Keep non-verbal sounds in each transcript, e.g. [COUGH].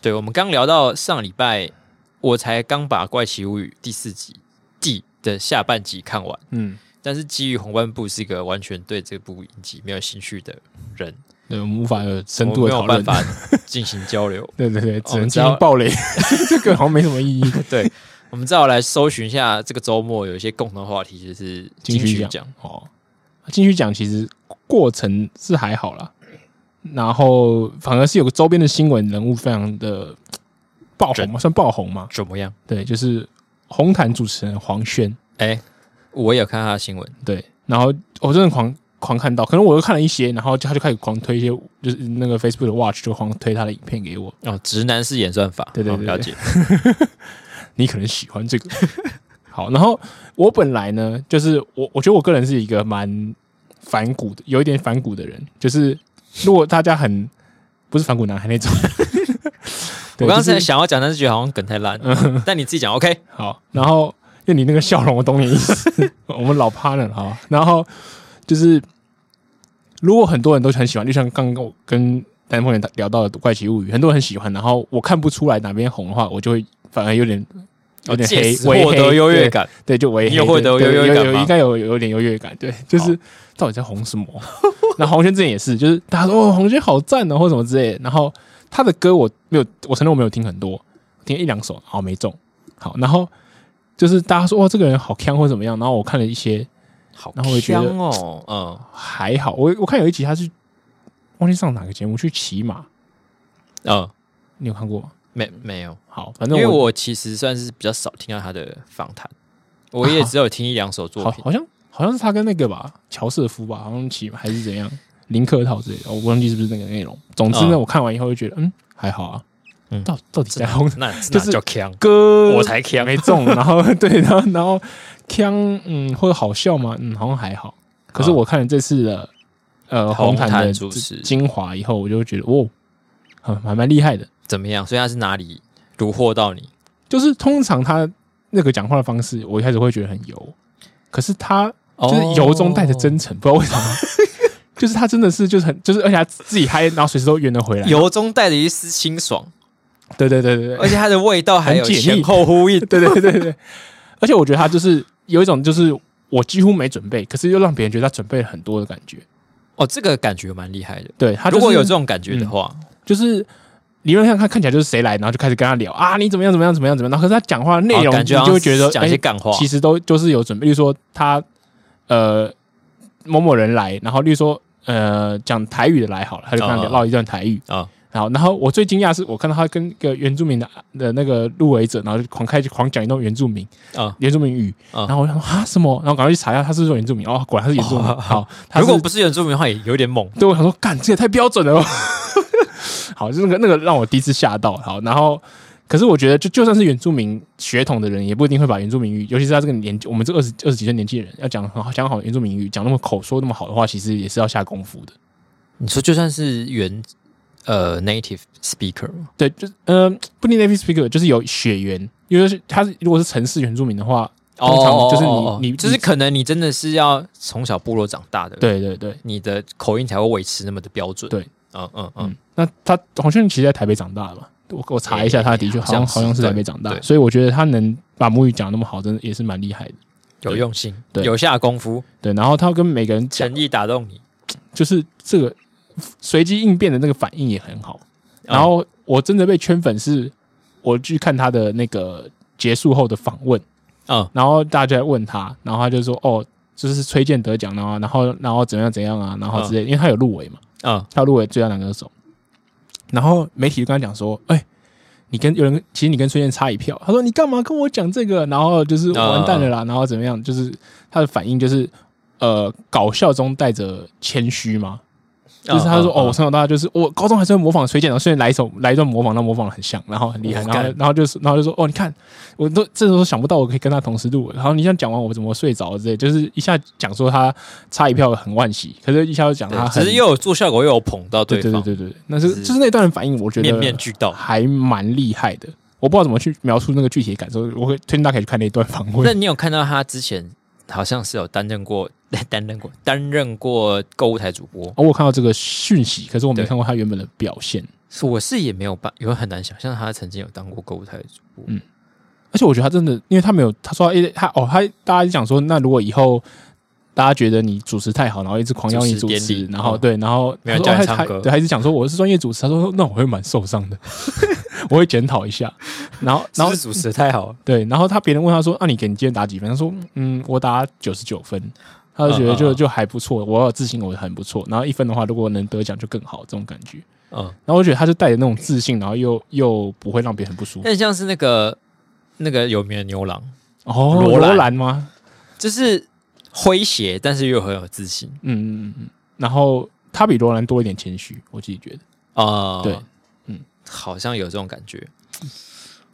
对，我们刚聊到上礼拜，我才刚把《怪奇物语》第四集季的下半集看完，嗯，但是基于红斑部是一个完全对这部影集没有兴趣的人，对，我们无法有深我度没的有讨办论。法哦进行交流。 [LAUGHS] 对对对，只能只进行要 [LAUGHS] 暴雷，这个好像没什么意义。对，我们只好来搜寻一下这个周末有一些共同话题，就是金曲曲奖奖。哦，进去讲其实过程是还好啦，然后反而是有个周边的新闻人物非常的嘖爆红嘛，算爆红嘛？怎么样？对，就是红毯主持人黄轩，哎，我也有看他的新闻，对，然后我真的狂狂看到，可能我又看了一些，然后就他就开始狂推一些，就是那个 Facebook 的 Watch 就狂推他的影片给我，哦，直男是演算法，对对哦对了对解。你可能喜欢这个。 [LAUGHS] 好，然后我本来呢，就是我我觉得我个人是一个蛮反骨的，有一点反骨的人，就是如果大家很不是反骨男孩那 [LAUGHS] 种，我对刚刚就是是想要讲，但是觉得好像梗太烂， [LAUGHS] 但你自己讲 OK。好，然后就你那个笑容，我懂你意思。我们老 partner 哈，然后就是如果很多人都很喜欢，就像刚刚我跟丹凤眼聊到的《怪奇物语》，很多人很喜欢，然后我看不出来哪边红的话，我就会反而有点有点哦借黑，此微获黑得优越，感，对，对就微黑，你有获得对对优越有感有吗应该有有点优越感，对，就是到底在红什么？ [LAUGHS] 那黄轩之前也是，就是大家说哦，黄轩好赞哦，或什么之类的。然后他的歌我没有，我承认我没有听很多，听一两首，好没中。好，然后就是大家说哦哇，这个人好强或怎么样。然后我看了一些好然后我也觉得香哦，嗯，还好，我我看有一集他是忘记上哪个节目去骑马，嗯，你有看过吗？没没有，好，反因正为我我其实算是比较少听到他的访谈，我也啊只有听一两首作好品。好像好像是他跟那个吧，乔瑟夫吧，好像骑马还是怎样，林克套之类的，我忘记是不是那个内容。总之呢，嗯我看完以后就觉得嗯还好啊，嗯到到底这在红那 [LAUGHS] 就那是叫强，歌我才强。没中，然后 [LAUGHS] 对，然后然后腔嗯或者好笑吗？嗯，好像还好。可是啊我看了这次的呃红毯毯的主这持精华以后，我就觉得哦，还还蛮厉害的。 [LAUGHS] 怎么样？所以他是哪里虏获到你？就是通常他那个讲话的方式，我一开始会觉得很油，可是他就哦就是由衷带着真哦诚，不知道为什么， [LAUGHS] 就是他真的是就是很就是，而且他自己嗨，然后随时都圆得回来。哦由衷带着一丝清爽，对对对对啊对而且它的味道还有很解腻前后呼 [LAUGHS] 应。对对对对对，而且我觉得他就是有一种就是我几乎没准备，可是又让别人觉得他准备了很多的感觉。哦，这个感觉蛮厉害的。对他、就是，嗯如果有这种感觉的话，哦就是理论上看看起来就是谁来，然后就开始跟他聊啊，你怎么样怎么样怎么样怎么样，然后可是他讲话内哦容感你觉好就像会觉得讲一哎些干话，其实都就是有准备，例如说他呃某某人来，然后例如说呃讲台语的来好了，他就跟他嗯嗯聊唠一段台语嗯然后然后我最惊讶是我看到他跟一个原住民的的那个入围者，然后就狂开狂讲一段原住民嗯原住民语嗯然后我想说啊什么，然后赶快去查一下他是不是原住民，哦，果然他是原住民，哦好，他如果是不是原住民的话，也有点猛。对，我想说，干，这也太标准了吧。 [LAUGHS] 好，就那个那个让我第一次吓到。好，然后可是我觉得就，就算是原住民血统的人，也不一定会把原住民语，尤其是他这个年纪，我们这二十二十几岁年纪的人，要讲很好讲好原住民语，讲那么口说那么好的话，其实也是要下功夫的。你说就算是原呃 native speaker 吗对，就是嗯、不一定 native speaker 就是有血缘，因为是他是如果是城市原住民的话，通常就是你哦你就是你可能你真的是要从小部落长大的，，对对对你的口音才会维持那么的标准。对，嗯嗯嗯嗯，，那他黄轩其实在台北长大的嘛，我我查一下，他的确好像、诶好像是好像是在台北长大对，对所以我觉得他能把母语讲那么好，真的也是蛮厉害的。有用心，对有下功夫，对，然后他跟每个人讲，诚意打动你。就是这个随机应变的那个反应也很好。嗯然后我真的被圈粉是，我去看他的那个结束后的访问，嗯，然后大家问他，然后他就说：“哦，就是崔健得奖了啊，然后然后怎样怎样啊，然后之类，因为他有入围嘛，嗯他有入围最佳男歌手。”然后媒体就跟他讲说：“哎、你跟有人，其实你跟崔健差一票。”他说：“你干嘛跟我讲这个？”然后就是嗯完蛋了啦，然后怎么样？就是他的反应就是呃，搞笑中带着谦虚嘛，就是他说：“嗯哦，我嗯从小到大就是我高中还是会模仿崔健，然后虽然来一首来一段模仿，那模仿的很像，然后很厉害，我然后干然后就是然后就说哦，你看我都这时候想不到我可以跟他同时入围，然后你像讲完我怎么睡着了之类，就是一下讲说他差一票很惋惜，可是一下又讲对他只很是又有做效果，又有捧到对对对方，对对，对那是是就是那段反应，我觉得面面俱到。还蛮厉害的，我不知道怎么去描述那个具体的感受，我会推荐大家可以去看那段访那问。你有看到他之前好像是有担任过担任过担任过购物台主播？哦，我有看到这个讯息，可是我没对看过他原本的表现。我是也没有办，有很难想象他曾经有当过购物台的主播。嗯而且我觉得他真的，因为他没有他说诶他哦他大家讲说，那如果以后大家觉得你主持太好，然后一直狂要你主主持持，典礼然后哦对，然后没有他说叫你哦唱他歌他对，还是讲说我是专业主持，他说那我会蛮受伤的， [LAUGHS] 我会检讨一下。然后 [LAUGHS] 然然后后主持的太好了，对，然后他别人问他说啊，你给你今天打几分？他说嗯，我打九十九分。他就觉嗯得嗯就嗯就还不错，我有自信，我很不错。然后一分的话，如果能得奖就更好，这种感觉。嗯，然后我觉得他是带着那种自信，然后又又不会让别人很不舒服。但像是那个那个有名的牛郎，哦，罗罗兰兰吗？就是诙谐，但是又很有自信嗯嗯嗯嗯，然后他比罗兰多一点谦虚，我自己觉得。啊、对，嗯，好像有这种感觉。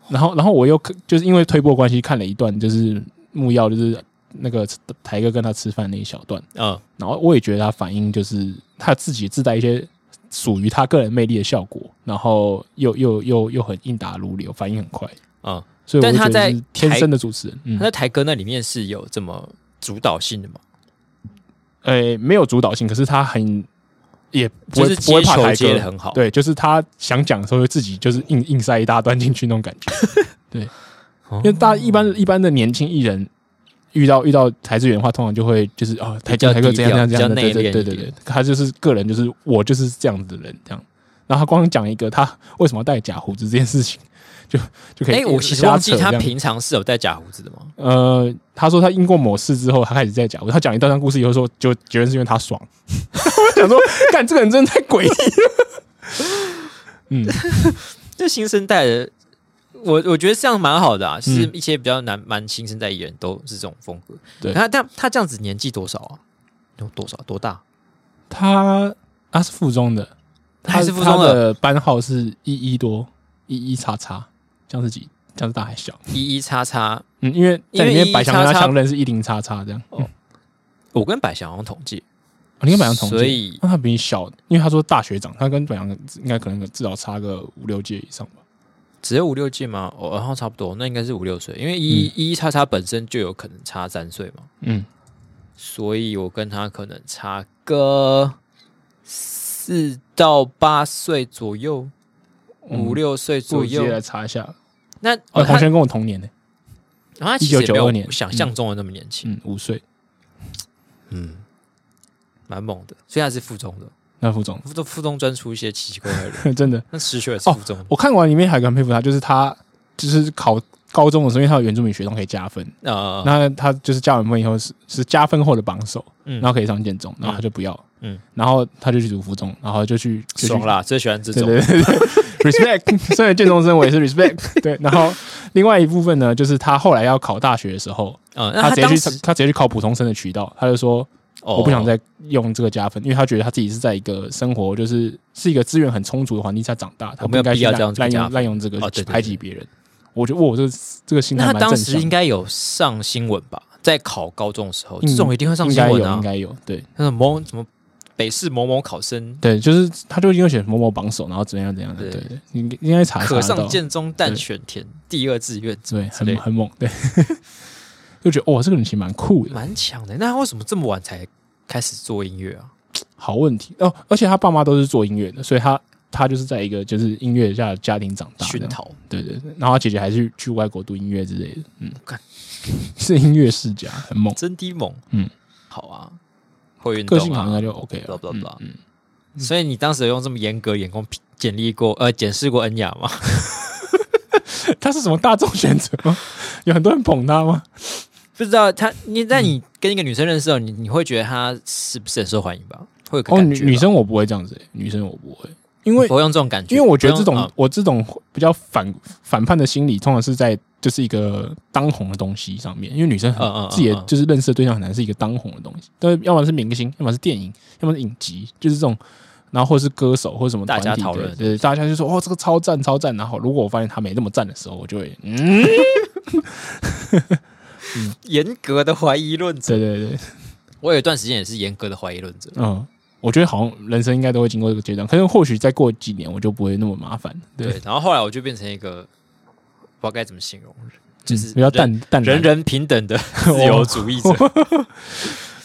然后，然后我又看就是因为推播关系看了一段，就是木曜就是那个台哥跟他吃饭那一小段，嗯，然后我也觉得他反应就是他自己自带一些属于他个人魅力的效果，然后又又又又很应答如流，反应很快，嗯，所以我但就他觉得在是天生的主持人。嗯他，在台哥那里面是有这么主导性的嘛？呃，没有主导性，可是他很也不就会是不会接怕球台接歌的，很好。，对，就是他想讲的时候，自己就是硬硬塞一大段进去那种感觉。 [LAUGHS] 哦因为大家一般一般的年轻艺人遇到遇到台资源的话，通常就会就是哦，台比较台哥低怎样怎样调怎样的，比较对内敛对对一对点对，他就是个人就是我就是这样子的人这样。然后他光讲一个他为什么要戴假胡子这件事情，就就可以哎、我其实瞎忘记扯他这样平常是有戴假胡子的嘛？呃，他说他因过某事之后，他开始在讲，他讲一段段故事以后说，就觉得是因为他爽。 [LAUGHS] 我想说，干这个人真的太诡异了。嗯，这新生代的，我我觉得这样蛮好的啊，嗯就是一些比较难蛮新生代艺人都是这种风格。对他他他这样子年纪多少啊？有多少多大？他他是附中的，他还是附他中的的班号是一一多一一叉叉，这样是几？这样是大还小？一一叉叉，嗯，因为在里因为面百祥跟11他叉叉相认是一零叉叉这样。哦哦，我跟百祥好像统计，你跟百祥同届，所以那他比你小，因为他说大学长，他跟百祥应该可能至少差个五六届以上吧。只有五六届吗？哦，然后差不多，那应该是五六岁，因为一一一叉叉本身就有可能差三岁嘛，嗯，所以我跟他可能差个四到八岁左右，嗯五六岁左我直右接。来查一下。那哦，哦，黄他轩跟我同年呢、他其实也没1992有年想象中的那么年轻，嗯，五岁。嗯，蛮猛的。所以他是附中的，那副总附中附中专出一些奇奇怪怪的人。 [LAUGHS] 真的，那石学也是哦附中的，我看完里面还很佩服他，就是他就是考高中的时候，因为他有原住民学生可以加分，那那他就是加完分以后是是加分后的榜首，嗯然后可以上建中，然后他就不要，嗯嗯，然后他就去读附中，然后就去就去爽啦，最喜欢这对种。对对对，respect。身为建中生，我也是 respect。对， [LAUGHS] 然后另外一部分呢，就是他后来要考大学的时候，嗯，那他他直接当去时他直接去考普通生的渠道，他就说哦我不想再用这个加分，因为他觉得他自己是在一个生活就是是一个资源很充足的环境下长大，他我不没有应该必去要滥这样子滥加用分滥用这个哦对对去对排挤别人。我觉得哦我这这个心态那他蛮正当时应向的，该有上新闻吧？在考高中的时候，嗯这种一定会上应新该有闻啊应。该有，对那种某什么北市某某考生对，就是他就一定会选某某榜首，然后怎样怎样的，对对对，应应该查查可得到上。建中但选填第二志愿，对，之类很的很猛，对， [LAUGHS] 就觉得哇，这个人其实蛮酷的。蛮强的。那他为什么这么晚才开始做音乐啊？好问题哦，而且他爸妈都是做音乐的，所以他他就是在一个就是音乐下的家庭长大的，熏陶对对对。然后他姐姐还去去外国读音乐之类的，嗯干， [LAUGHS] 是音乐世家，很猛，真低猛，嗯，好啊，会运个动性好像啊应该就 OK 了。 ，blah blah blah。嗯，所以你当时有用这么严格眼光评检历过呃检视过恩雅吗？ [LAUGHS] 嗯他是什么大众选择吗？ [LAUGHS] 有很多人捧他吗？不知道他你在你跟一个女生认识的时候，你你会觉得她是不是很受欢迎吧？会有个哦，感女觉吧女生我不会这样子、欸女生我不会，因为不会用这种感觉，因为我觉得不这用种、啊我这种比较反反叛的心理，通常是在就是一个当红的东西上面，因为女生嗯很、嗯嗯自己的嗯就是认识的对象很难是一个当红的东西，但是要么是明星，要么是电影，要么是影集，就是这种，然后或是歌手或者什么大家团体讨论对，对大家就说哦这个超赞超赞，然后如果我发现他没那么赞的时候，我就会 [LAUGHS] 嗯，严格的怀疑论者。对对对，我有一段时间也是严格的怀疑论者，嗯。我觉得好像人生应该都会经过这个阶段，可是或许再过几年我就不会那么麻烦，对，对。然后后来我就变成一个不知道该怎么形容，就是嗯比较人淡淡哦然人人平等 [LAUGHS] 的自由主义者，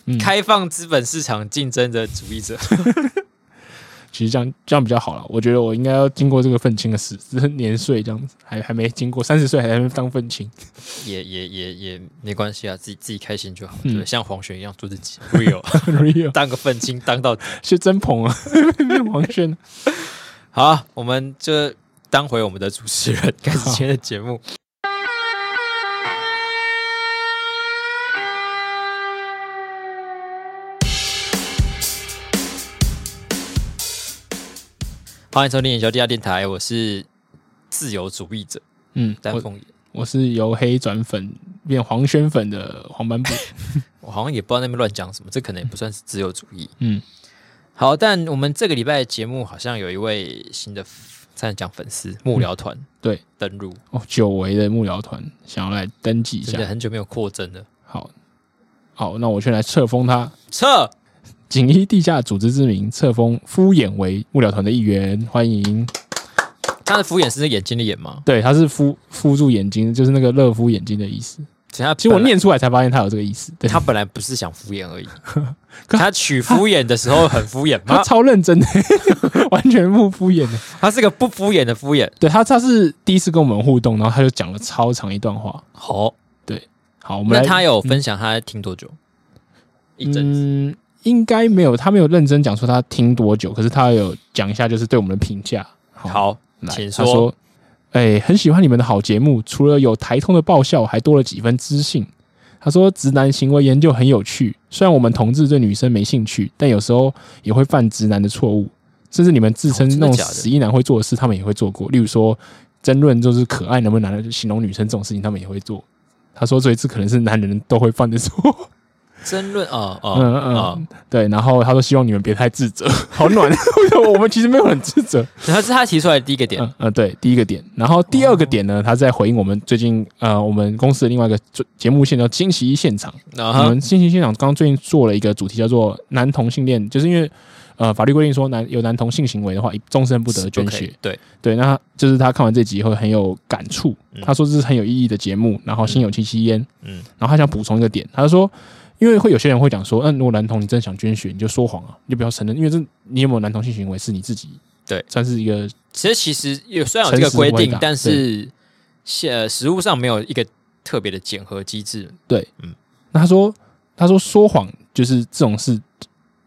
嗯开放资本市场竞争的主义者。其实这样这样比较好了。我觉得我应该要经过这个愤青的死年岁，这样子还还没经过三十岁还没当愤 [LAUGHS] 青，也也也也没关系啊，自己自己开心就好。嗯对，像黄轩一样做自己，real，[LAUGHS] real 当个愤青当到底。是真捧啊，王轩好啊，我们就当回我们的主持人，开始今天的节目。欢迎收听《小地下电台》，我是自由主义者嗯，丹我凤眼。我是由黑转粉变黄轩粉的黄 [LAUGHS] 斑部，我好像也不知道那边乱讲什么，这可能也不算是自由主义。嗯，好，但我们这个礼拜的节目好像有一位新的，差点讲粉丝幕僚团、嗯对登入，哦，久违的幕僚团想要来登记一真的下，很久没有扩增了。好，好，那我先来册封他。撤，仅依地下组织之名册封敷衍为幕僚团的一员，欢迎。他的敷衍是那眼睛的眼吗？对，他是敷敷住眼睛，就是那个热敷眼睛的意思。其实他其实我本来念出来才发现他有这个意思。对，他本来不是想敷衍而 [LAUGHS] 已，他取敷衍的时候很敷衍他吗？超认真的， [LAUGHS] 完全不敷衍的。他是个不敷衍的敷衍。对他，他是第一次跟我们互动，然后他就讲了超长一段话。好，好，我们那来他有分享他听多久？一阵子嗯，应该没有，他没有认真讲说他听多久，可是他有讲一下就是对我们的评价。嗯好好，来请他说说：“哎、很喜欢你们的好节目，除了有台通的爆笑，还多了几分知性。”他说：“直男行为研究很有趣，虽然我们同志对女生没兴趣，但有时候也会犯直男的错误，甚至你们自称哦真那的种假的死意男会做的事，他们也会做过。例如说，争论就是可爱能不能拿来形容女生这种事情，他们也会做。”他说：“所以这可能是男人都会犯的错。” [LAUGHS] 争论啊啊嗯嗯啊！对，然后他说希望你们别太自责， [LAUGHS] 好暖。我们其实没有很自责。他是他提出来的第一个点哦嗯嗯，对，第一个点。然后第二个点呢，他在回应我们最近呃，我们公司的另外一个节节目线叫惊奇一现场。啊我哈们惊奇一现场刚刚最近做了一个主题叫做男同性恋，就是因为呃法律规定说男有男同性行为的话，一终身不得捐是可血以。对，对，那他就是他看完这集以后很有感触嗯，他说这是很有意义的节目，然后心有戚戚焉。嗯，然后他想补充一个点，他说，因为会有些人会讲说，嗯，如果男同你真的想捐血，你就说谎啊，你就不要承认，因为这你有没有男同性行为是你自己对算是一个其实其实有虽然有这个规诚实回定答，但是现呃实物上没有一个特别的检核机制。那他说，他说说谎就是这种事，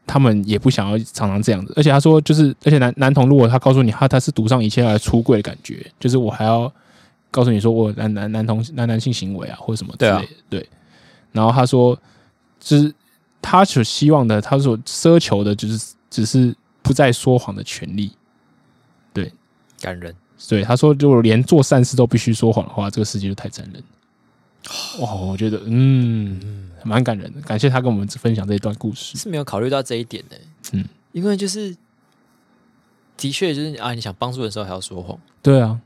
他们也不想要常常这样子。而且他说，就是而且男男童如果他告诉你他他是赌上一切来出柜的感觉，就是我还要告诉你说我有男男男同男男性行为啊或者什么之类的。对。然后他说，就是他所希望的，他所奢求的，就是只是不再说谎的权利。感人，对，他说，如果连做善事都必须说谎的话，这个世界就太残忍了。哇，我觉得，嗯，蛮感人的，感谢他跟我们分享这一段故事。是没有考虑到这一点呢、嗯，因为就是的确就是啊，你想帮助的时候还要说谎，对啊，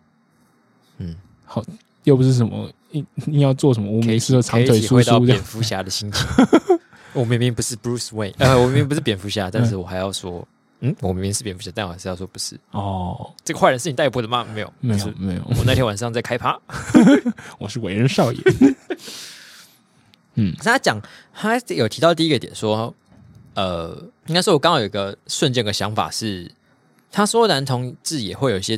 嗯，好，又不是什么硬硬要做什么无可以名氏的长可以腿体叔会到叔这蝙样，蝠侠的心情。 [LAUGHS] 我明明不是 Bruce Wayne，呃，我明明不是蝙蝠嗯侠，但是我还要说，嗯，我明明是蝙蝠侠，但我还是要说不是。哦，这个坏人是你带播的吗？没有，没就有是没有，我那天晚上在开趴，我是伟人少 [LAUGHS] 爷。可是他讲，他有提到第一个点说，呃，应该说我刚好有一个瞬间有个想法是，他说男同志也会有一些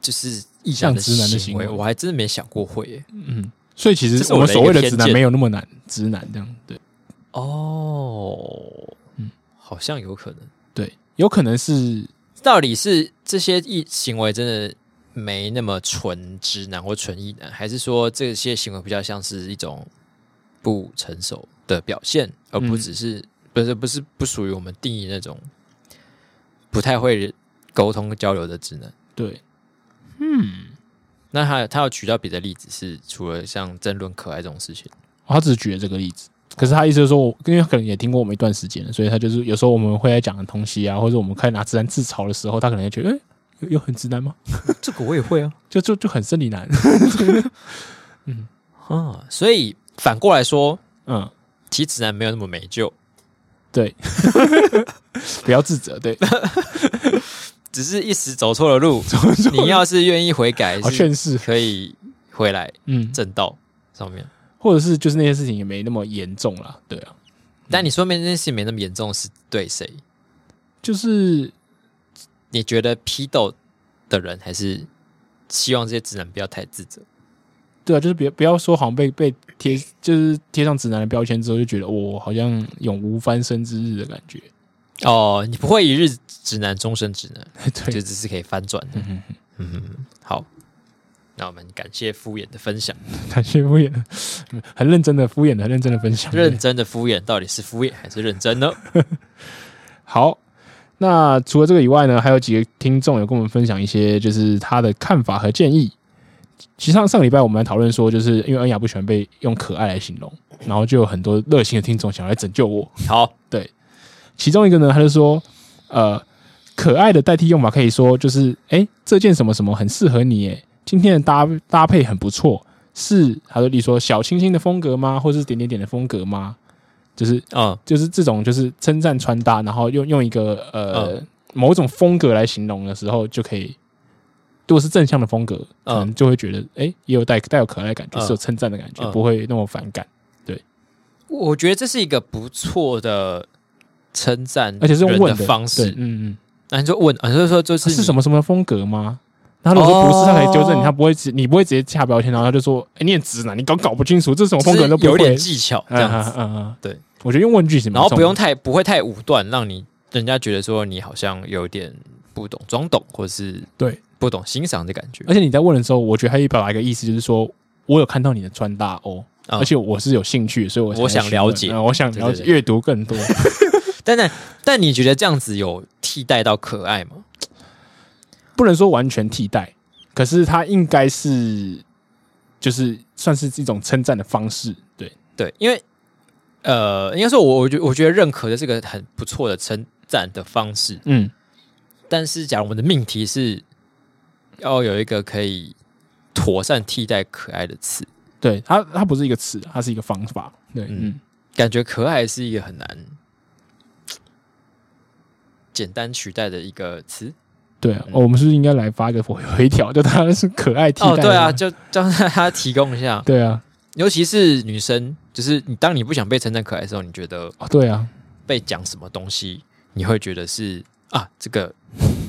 就是异样的像直男的行为，为我还真的没想过会耶嗯，所以其这实是我我们的所一谓个的偏直男见没有那么难，直男这样对哦，嗯好像有可能。对，有可能是到底是这些异行为真的没那么纯直男或纯异男，还是说这些行为比较像是一种不成熟的表现，而不嗯只是、不是不是不属于我们定义那种不太会沟通交流的直男？对，那他他有举到别的例子是，除了像争论可爱这种事情，哦他只是举了这个例子。可是他意思就是说我，因为他可能也听过我们一段时间了，所以他就是有时候我们会在讲的东西啊，或者我们开始拿直男自嘲的时候，他可能会觉得，哎、有有很直男吗？这个我也会啊就就就很生理男。 [LAUGHS] 啊！所以反过来说，嗯，其实直男没有那么没救，对， [LAUGHS] 不要自责，对，只是一时走错了 [LAUGHS] 路。 [LAUGHS] 你要是愿意悔改， [LAUGHS] 好是劝世，可以回来嗯，正道上面。或者是就是那些事情也没那么严重啦，对啊，但你说明这件事没那么严重，是对谁？就是你觉得批斗的人还是希望这些直男不要太自责？对啊，就是别不要说好像被被贴，就是贴上直男的标签之后，就觉得我、好像永无翻身之日的感觉。 [LAUGHS] 哦，你不会一日直男，终身直男， [LAUGHS] 就对，只是可以翻转的。嗯嗯，好，嗯那我们感谢敷衍的分享， [LAUGHS] 感谢敷衍，很认真的敷衍的，很认真的分享。认真的敷衍到底是敷衍还是认真 [LAUGHS] 呢？好，那除了这个以外呢，还有几个听众有跟我们分享一些就是他的看法和建议。其实上上礼拜我们来讨论说，就是因为恩雅不喜欢被用可爱来形容，然后就有很多热心的听众想来拯救我。好，其中一个呢，他就说，呃，可爱的代替用法可以说就是，哎、这件什么什么很适合你，耶，今天的搭搭配很不错，是，他就例如说小清新的风格吗，或是点点点的风格吗？就是嗯，就是这种就是称赞穿搭，然后用用一个呃、嗯某种风格来形容的时候，就可以。如果是正向的风格，可能就会觉得，哎、也有带带有可爱的感嗯觉，是有称赞的感觉，嗯不会那么反感，我觉得这是一个不错的称赞，而且是用问的的方对式。嗯嗯，那你就问，啊，就是说就是是是什么？么什么风格吗？然后如果说不是，他可以纠正哦你，他不会直，你不会直接下标签，然后他就说：“哎、你很直男，你搞搞不清楚这是什哦么风格就是都不有会。点”技巧这嗯样子，嗯嗯嗯，对，我觉得用问句是蛮然后不重要用的太不会太武断，让你人家觉得说你好像有点不懂装懂，或是对，不懂欣赏的感觉。而且你在问的时候，我觉得还有表达一个意思，就是说我有看到你的穿搭哦，嗯而且我是有兴趣，所以我才我想来询问了解嗯我想了对解对对阅读更多。但但但你觉得这样子有替代到可爱吗？不能说完全替代，可是它应该是就是算是一种称赞的方式，对，对，因为呃，应该说我我觉我觉得认可的是个很不错的称赞的方式，嗯，但是假如我们的命题是要有一个可以妥善替代可爱的词，对，它它不是一个词，它是一个方法，对，嗯嗯感觉可爱是一个很难简单取代的一个词。对嗯啊、哦我们是不是应该来发个回回条？就当然是可爱替代哦，的对啊，嘛就让大家提供一下，对啊，尤其是女生，就是你当你不想被称赞可爱的时候，你觉得哦对啊，被讲什么东西，你会觉得是啊，这个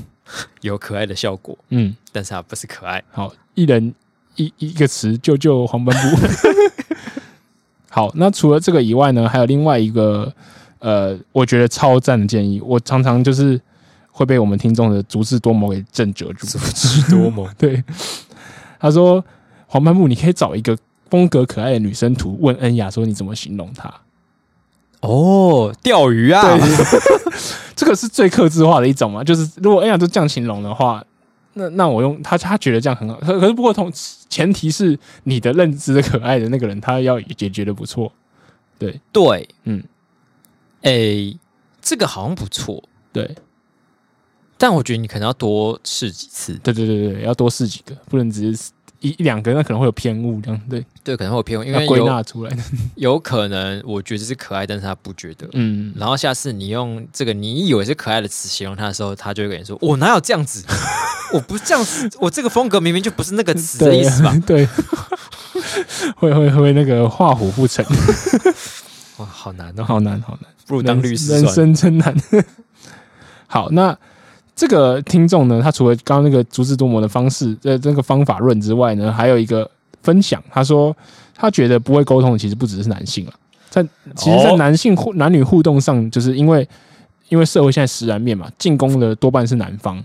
[LAUGHS] 有可爱的效果，嗯，但是它不是可爱。好，一人一一个词救救黄斑部。 [LAUGHS] 好，那除了这个以外呢，还有另外一个呃，我觉得超赞的建议，我常常就是会被我们听众的足智多谋给震折住。智多谋 [LAUGHS] 对，他说黄斑部，你可以找一个风格可爱的女生图，问恩雅说你怎么形容她。哦，钓鱼啊，对，这个是最克制化的一种嘛，就是如果 A 呀都这样形容的话，那那我用他他觉得这样很好，可可是不过同前提是你的认知的可爱的那个人，他要也觉得不错，对，嗯，诶、这个好像不错，对但我觉得你可能要多试几次，对对对对，要多试几个，不能只是一一两个，那可能会有偏误这样，对，对，可能会有偏误，因要为归有纳出来 [LAUGHS] 的，有可能我觉得是可爱，但是他不觉得。嗯，然后下次你用这个你以为是可爱的词形容他的时候，他就会跟你说：“我哪有这样 [LAUGHS] 子？我不是这样子，我这个风格明明就不是那个词的对意思吧？”？ [LAUGHS] 对，会会会那个画虎不成，哇，好难 [LAUGHS] 哦，好难好难。不如当律师人人算了。生真难。 [LAUGHS] 好，那这个听众呢，他除了刚刚那个足智多谋的方式，呃，这个方法论之外呢，还有一个分享，他说他觉得不会沟通，其实不只是男性了，啊在其实，在哦男性互男女互动上，就是因为因为社会现在食然面嘛，进攻的多半是男方，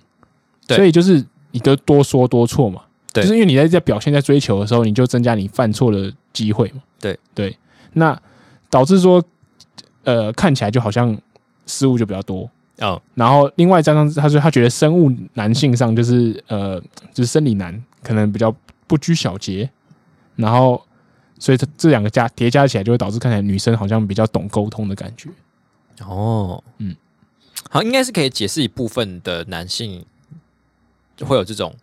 对所以就是你都多说多错嘛，对就是因为你在在表现在追求的时候，你就增加你犯错的机会嘛，对对，那导致说，呃，看起来就好像失误就比较多，哦，然后另外加上他说他觉得生物男性上就是呃就是生理男可能比较不拘小节，然后所以这这两个加叠加起来就会导致看起来女生好像比较懂沟通的感觉。哦，嗯嗯，好，应该是可以解释一部分的男性会有这种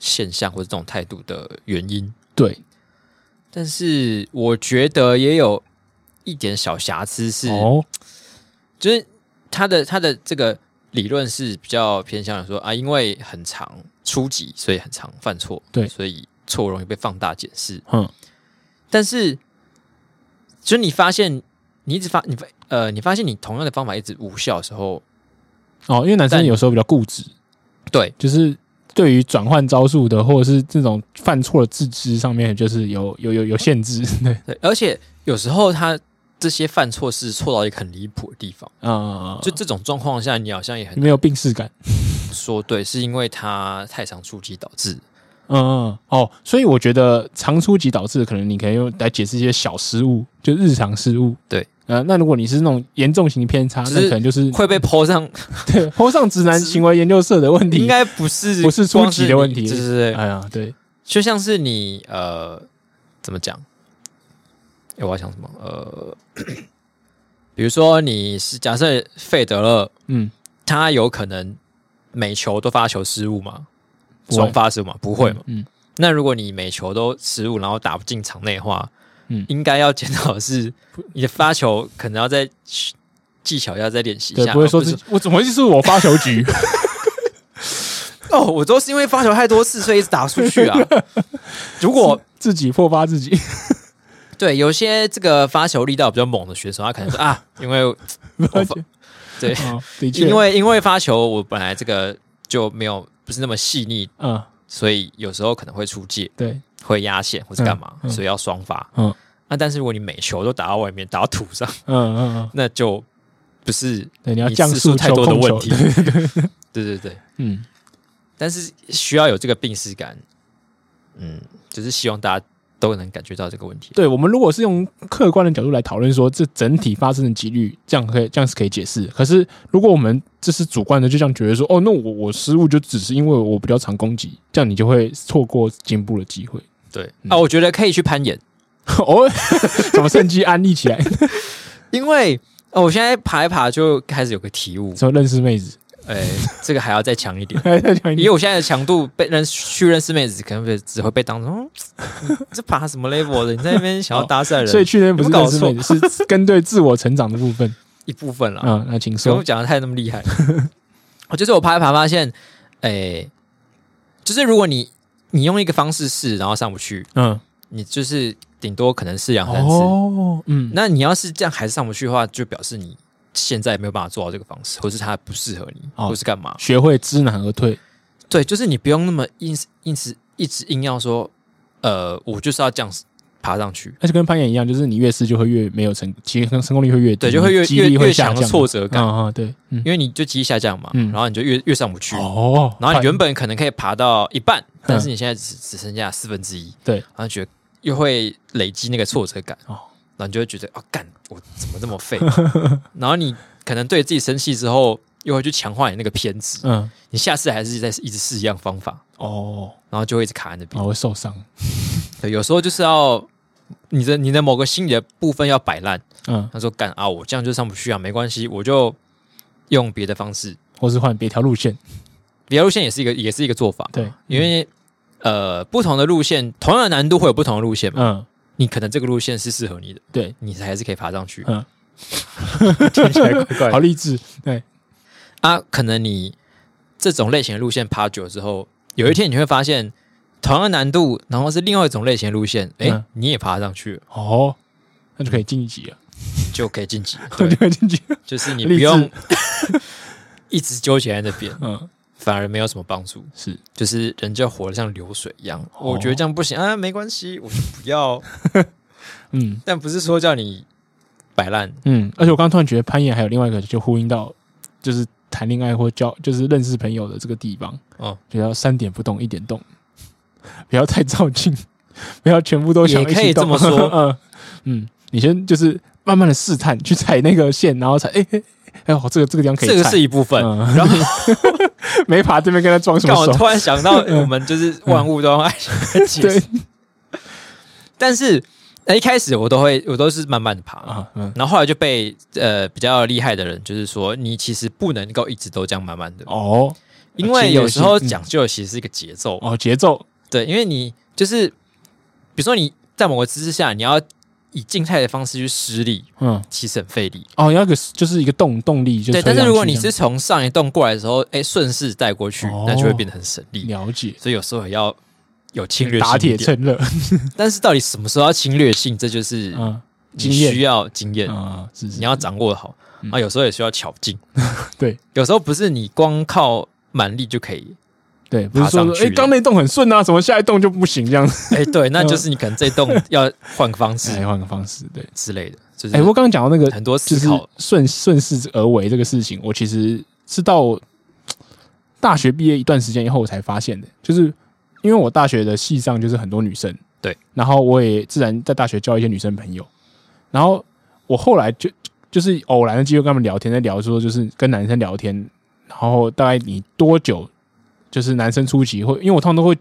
现象或者这种态度的原因，对，但是我觉得也有一点小瑕疵是，哦，就是他的他的这个理论是比较偏向于说啊，因为很常初级，所以很常犯错，对所以错误容易被放大解释。嗯，但是，就是你发现你一直发你发呃，你发现你同样的方法一直无效的时候，哦，因为男生但有时候比较固执，对，就是对于转换招数的或者是这种犯错的自知上面，就是有有有有限制。对，对，而且有时候他这些犯错是错到一个很离谱的地方，啊、就这种状况下，你好像也很没有病视感。难说对，是因为他太常触及导致。嗯嗯哦，所以我觉得常出及导致，可能你可以用来解释一些小失误，就日常失误。对，呃，那如果你是那种严重型偏差，就是那可能就是会被泼 [LAUGHS] 上，对坡上直男行为研究社的问题。应该不是不是初光级的你问题对对对，哎呀，对，就像是你呃，怎么讲？哎、我要想什么？呃， [CLEARS THROAT] 比如说你是假设费德勒，嗯，他有可能每球都发球失误吗？不会双发失误吗？不会嘛？嗯，那如果你每球都失误，然后打不进场内的话，嗯应该要检讨的是你的发球可能要再技巧要再练习一对，下，哦不会说而自己我怎么会是我发球局？哦，我都是因为发球太多次，所以一直打出 [LAUGHS] 去啊。 [LAUGHS] 如果自己破发自己。对，有些这个发球力道比较猛的选手，他可能说啊，因为 [LAUGHS] 我发对， [LAUGHS] 哦 [LAUGHS] 的确，因为因为发球我本来这个就没有不是那么细腻，嗯，所以有时候可能会出界、对，会压线或是干嘛，嗯嗯所以要双发。嗯那但是如果你每球都打到外面，打到土上， [LAUGHS] 嗯嗯嗯，那就不是对，你要你降次速数太多的球控问球题。对 [LAUGHS] 对对对，嗯，但是需要有这个病视感，嗯，就是希望大家都能感觉到这个问题。对，我们如果是用客观的角度来讨论说这整体发生的几率，这样可以这样是可以解释。可是如果我们这是主观的，就这样觉得说，哦，那我我失误就只是因为我比较常攻击，这样你就会错过进步的机会。 [LAUGHS] 对嗯啊，我觉得可以去攀岩，哦， [LAUGHS] 怎么趁机安利起来？ [LAUGHS] 因为哦，我现在爬一爬就开始有个体 [LAUGHS] 悟，怎么认识妹子？。哎，这个还要再强一点还在讲 [LAUGHS] 因为我现在的强度被认去认识妹子，可能被只会被当成、嗯、 [LAUGHS] 这爬什么 level 的？你在那边想要搭讪人，所以去年不是有没有认识妹子， [LAUGHS] 是跟对自我成长的部分。一部分啦。嗯，那请不用说。讲的太那么厉害。 [LAUGHS] 我就是我爬一爬发现，哎、就是如果你你用一个方式试，然后上不去，嗯，你就是顶多可能试两三次。哦，嗯，那你要是这样还是上不去的话，就表示你现在没有办法做到这个方式，或是它不适合你，哦或是干嘛？学会知难而退。对，就是你不用那么硬硬是一直硬要说，呃，我就是要这样爬上去。而且跟攀岩一样，就是你越试就会越没有成，其实成功率会越低，对，就会越几率越嗯会越下强降的的。挫折感，啊啊，对，嗯，因为你就积极下降嘛，嗯然后你就越越上不去，哦，然后你原快嗯本可能可以爬到一半，但是你现在只只剩下四分之一，对然后觉得又会累积那个挫折感，哦然后你就会觉得哦，干我怎么这么废？ [LAUGHS] 然后你可能对自己生气之后，又会去强化你那个偏执，嗯，你下次还是在一直试一样方法，哦，然后就会一直卡在那边然。后会受伤，对，有时候就是要你的你的某个心理的部分要摆烂，嗯，他说干啊，我这样就上不去啊，没关系，我就用别的方式，或是换别条路线，别的路线也是一个也是一个做法，对，因为呃不同的路线，同样的难度会有不同的路线嘛，嗯，你可能这个路线是适合你的，对，你还是可以爬上去嗯， [LAUGHS] 听起来怪怪的好励志，对，啊。可能你这种类型的路线爬久了之后，有一天你会发现同样的难度，然后是另外一种类型的路线，哎、嗯你也爬上去了，哦，那就可以晋级了，就可以晋 [LAUGHS] 级了。就对，可以晋级，就是你不励志用 [LAUGHS] 一直纠结在那边，嗯，反而没有什么帮助。是，就是人就活得像流水一样。哦我觉得这样不行啊，没关系，我就不 [LAUGHS] 要。嗯但不是说叫你摆烂，嗯，而且我刚刚突然觉得攀岩还有另外一个就呼应到，就是谈恋爱或交，就是认识朋友的这个地方，哦，就要三点不动一点动，不要太照镜，不要全部都想也一起可以这动么说 [LAUGHS] 嗯嗯，你先就是慢慢的试探，去踩那个线，然后踩，哎、哎哎呦，这个这个地方可以这踩，个是一部分。嗯然后， [LAUGHS] 没爬这边跟他装什让么我手？ [LAUGHS] 突然想到，我们就是万物都要爱情对但是呃一开始我都会，我都是慢慢的爬，啊，嗯，然后后来就被呃比较厉害的人，就是说你其实不能够一直都这样慢慢的，哦因为有时候嗯讲究的其实是一个节奏，哦，节奏，对，因为你就是比如说你在某个姿势下，你要以静态的方式去施力，嗯，其实很费力。哦，要个就是一个动动力，就对，推但是上如果去你这样是从上一栋过来的时候，哎，顺势带过去，哦那就会变得很省力。了解所以有时候也要有侵略性打一铁点。趁热，但是到底什么时候要侵略性，这就是嗯，你经验需要经验，啊，是是你要掌握好。嗯啊，有时候也需要巧劲。 [LAUGHS] 对，有时候不是你光靠蛮力就可以。对，不是说爬上去哎，诶刚那栋很顺啊，怎么下一栋就不行这样子？哎、对，那就是你可能这 [LAUGHS] 栋要换个方式哎，换个方式，对。之类的，就是哎，我刚刚讲到那个很多就思是考。顺顺势而为这个事情，我其实是到大学毕业一段时间以后我才发现的，就是因为我大学的系上就是很多女生，对，然后我也自然在大学交一些女生朋友，然后我后来就就是偶然的机会跟他们聊天，在聊说就是跟男生聊天，然后大概你多久就是男生出席会，因为我通常都会。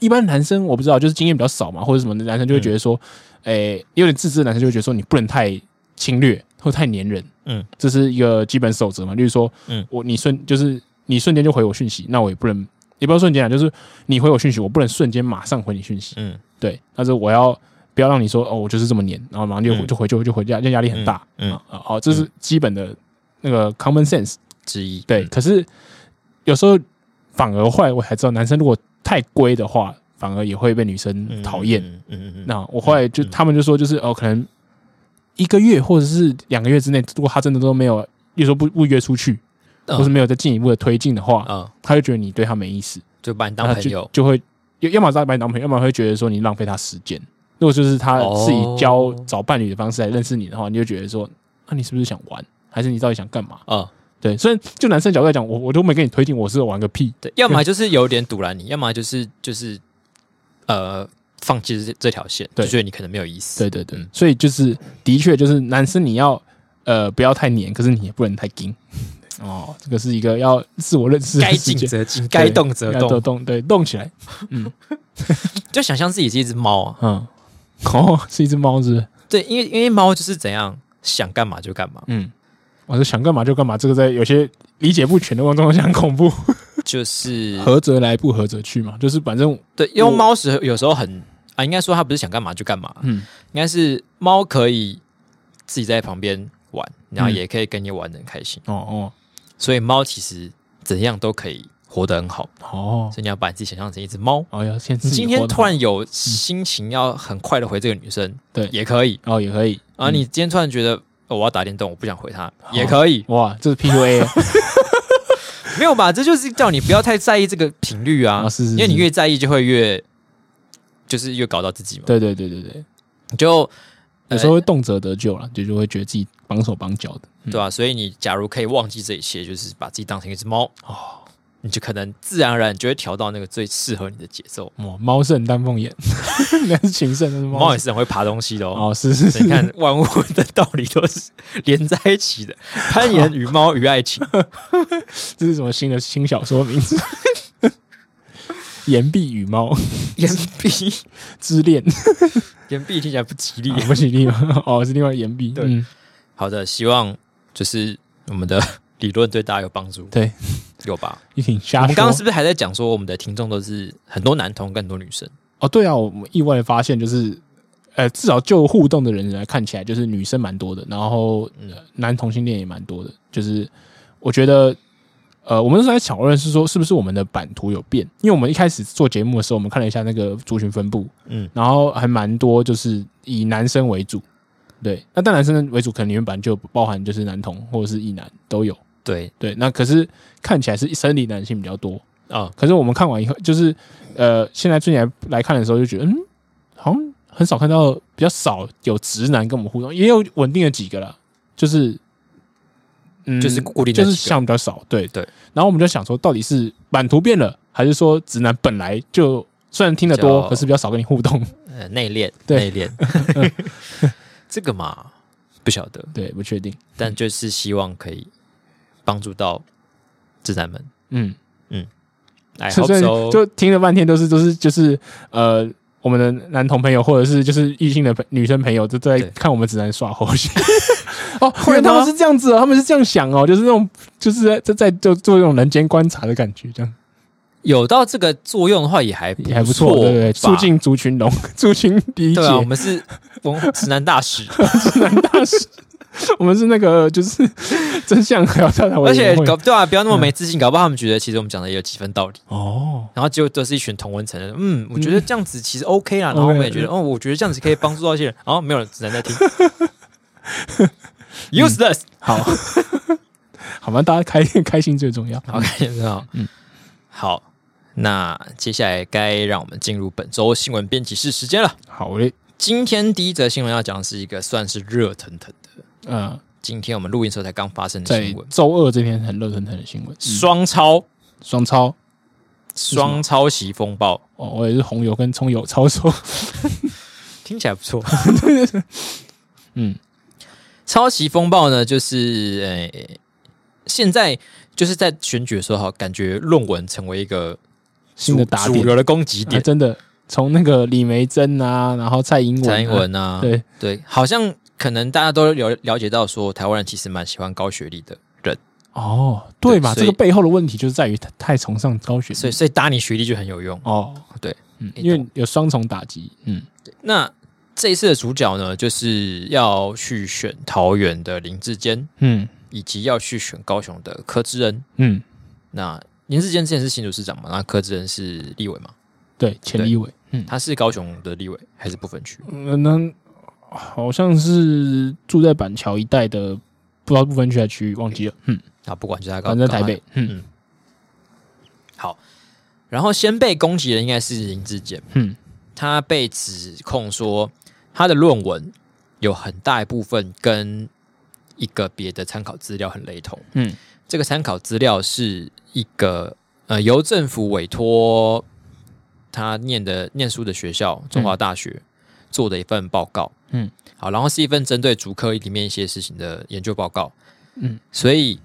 一般男生我不知道，就是经验比较少嘛，或者什么的男生嗯就会觉得说，诶、有点自知的男生就会觉得说，你不能太侵略或太黏人，嗯，这是一个基本守则嘛。例如说，嗯我你瞬就是你瞬间就回我讯息，那我也不能，也不要瞬间啊，就是你回我讯息，我不能瞬间马上回你讯息，嗯对，但是我要不要让你说哦，我就是这么黏，然后马上就、嗯就回就就回家，这样压力很大，嗯啊啊哦，这是基本的那个 common sense，之一，对，嗯可是有时候反而后来我才知道，男生如果太龟的话，反而也会被女生讨厌。，嗯嗯嗯嗯嗯，那我后来就嗯嗯他们就说，就是哦，可能一个月或者是两个月之内，如果他真的都没有，例如说不不约出去，嗯或是没有再进一步的推进的话，啊，他就觉得你对他没意思，就把你当那他朋就友，就会要要么是他把你当朋友，要么会觉得说你浪费他时间。如果就是他哦是以交找伴侣的方式来认识你的话，你就觉得说，啊那、你是不是想玩，还是你到底想干嘛？啊，对，所以就男生角度来讲，我我都没跟你推进，我是玩个屁。对，要么就是有点阻拦你，要么就是就是呃放弃这这条线，对就觉得你可能没有意思，对对对，嗯所以就是的确就是男生你要呃不要太黏，可是你也不能太硬。哦，这个是一个要自我认识 [LAUGHS] 的该时静间，则静，该动则要动，动，对，动起来。就想象自己是一只猫啊。嗯，哦， [LAUGHS] 是一只猫是不是？对，因为因为猫就是怎样想干嘛就干嘛，嗯，我说想干嘛就干嘛，这个在有些理解不全的观众很恐怖，就是合则来，不合则去嘛，就是反正对，因为猫时有时候很啊，应该说它不是想干嘛就干嘛，嗯应该是猫可以自己在旁边玩，然后嗯也可以跟你玩的很开心，哦所以猫其实怎样都可以活得很好，哦哦所以你要把你自己想象成一只猫。哦，要先你今天突然然有心情要很快的回这个女生，嗯对也可以。哦也可以啊，你今天突然觉得、哦、我要打电动，我不想回她，哦 [LAUGHS] 也可以。哇，这是 [LAUGHS] PUA 没有吧？这就是叫你不要太在意这个频率啊，啊是是因为你是越在意就会越就是越搞到自己嘛。对对对对对，你就有时候会动辄得咎了，就就会觉得自己绑手绑脚的。对吧、所以你假如可以忘记这一切，就是把自己当成一只猫哦，你就可能自然而然你就会调到那个最适合你的节奏。哦，猫胜丹凤眼，那是情圣，那是猫猫也。是很会爬东西的哦。哦，是是所以是，你看，万物的道理都是连在一起的，攀岩与猫与爱情。这是什么新的新小说名字？岩壁与猫岩壁，之恋，岩壁听起来不吉利啊。不是另外哦，是另外岩壁。对嗯好的，希望就是我们的理论对大家有帮助，对，有吧？一挺瞎我说。们刚刚是不是还在讲说，我们的听众都是很多男同跟很多女生？哦，对啊，我们意外地发现就是，呃，至少就互动的人来看起来，就是女生蛮多的，然后、呃男同性恋也蛮多的。就是我觉得，呃，我们是在讨论是说，是不是我们的版图有变？因为我们一开始做节目的时候，我们看了一下那个族群分布，嗯，然后还蛮多就是以男生为主。对，那但男生为主，可能里面本来就包含就是男同或者是异男都有。对对，那可是看起来是生理男性比较多，啊，可是我们看完以后，就是呃，现在最近来来看的时候，就觉得嗯，好像很少看到比较少有直男跟我们互动，也有稳定的几个啦，就是嗯，就是固定的就是几个项比较少，对对。然后我们就想说，到底是版图变了，还是说直男本来就虽然听得比较多，可是比较少跟你互动？呃，内敛，内对敛， [LAUGHS] 这个嘛不晓得，对，不确定。但就是希望可以帮助到自然们。嗯，哎， [LAUGHS] 所以所以 so，就听了半天都是都是就是呃。我们的男同朋友，或者是就是异性的朋女生朋友，都在对看我们直男耍猴 [LAUGHS] 戏。哦，会原来他吗们是这样子哦，他们是这样想哦，就是那种就是在在在做做这种人间观察的感觉，这样有到这个作用的话，也还也还不错错，，对不对？吧促进族群 [LAUGHS] 融，族群理解对。啊，我 [LAUGHS] 们是文直男大使，大师，我们是那个就是真相还要调查而委且员会嗯搞对啊，不要那么没自信，搞不好他们觉得其实我们讲的也有几分道理，哦，然后结果都是一群同文层的人，嗯，我觉得这样子其实 OK 啦，然后 OK，我们也觉得，哦，我觉得这样子可以帮助到一些人，然后没有人直男在 [LAUGHS] 听，useless，嗯 [LAUGHS] 好，好吧，大家开开心最重要。嗯好，感谢很好，哦好，那接下来该让我们进入本周新闻编辑室时间了。好嘞，今天第一则新闻要讲的是一个算是热腾腾的，呃，今天我们录音时候才刚发生的在嗯新闻：周二这天很热腾腾的新闻，双超双超双抄袭风暴，哦，我也是红油跟葱油抄手， [LAUGHS] 听起来不错。 [LAUGHS] 嗯，抄袭风暴呢，就是呃、现在就是在选举的时候，感觉论文成为一个新的打主点流，的攻击啊点。真的从那个李梅珍啊，然后蔡英文啊，蔡英文啊，对，对，好像可能大家都了了解到说，台湾人其实蛮喜欢高学历的人，哦，对嘛，对所这以个背后的问题就是在于他太崇尚高学历，所以所以搭你学历就很有用。哦，对，嗯，欸因为有双重打击，嗯，那这一次的主角呢，就是要去选桃园的林志坚，嗯以及要去选高雄的柯志恩。嗯，那林志坚之前是新竹市长嘛，那柯志恩是立委嘛，对，前立委，嗯，他是高雄的立委还是不分区？嗯那好像是住在板桥一带的，不知道部分区还区域忘记了，嗯，啊，不管就是他高，反正在台高北，嗯好。然后先被攻击的应该是林志坚，嗯，他被指控说他的论文有很大一部分跟一个别的参考资料很雷同。嗯，这个参考资料是一个呃由政府委托他念的念书的学校中华大学、做的一份报告。嗯，好，然后是一份针对竹科里面一些事情的研究报告。嗯，所以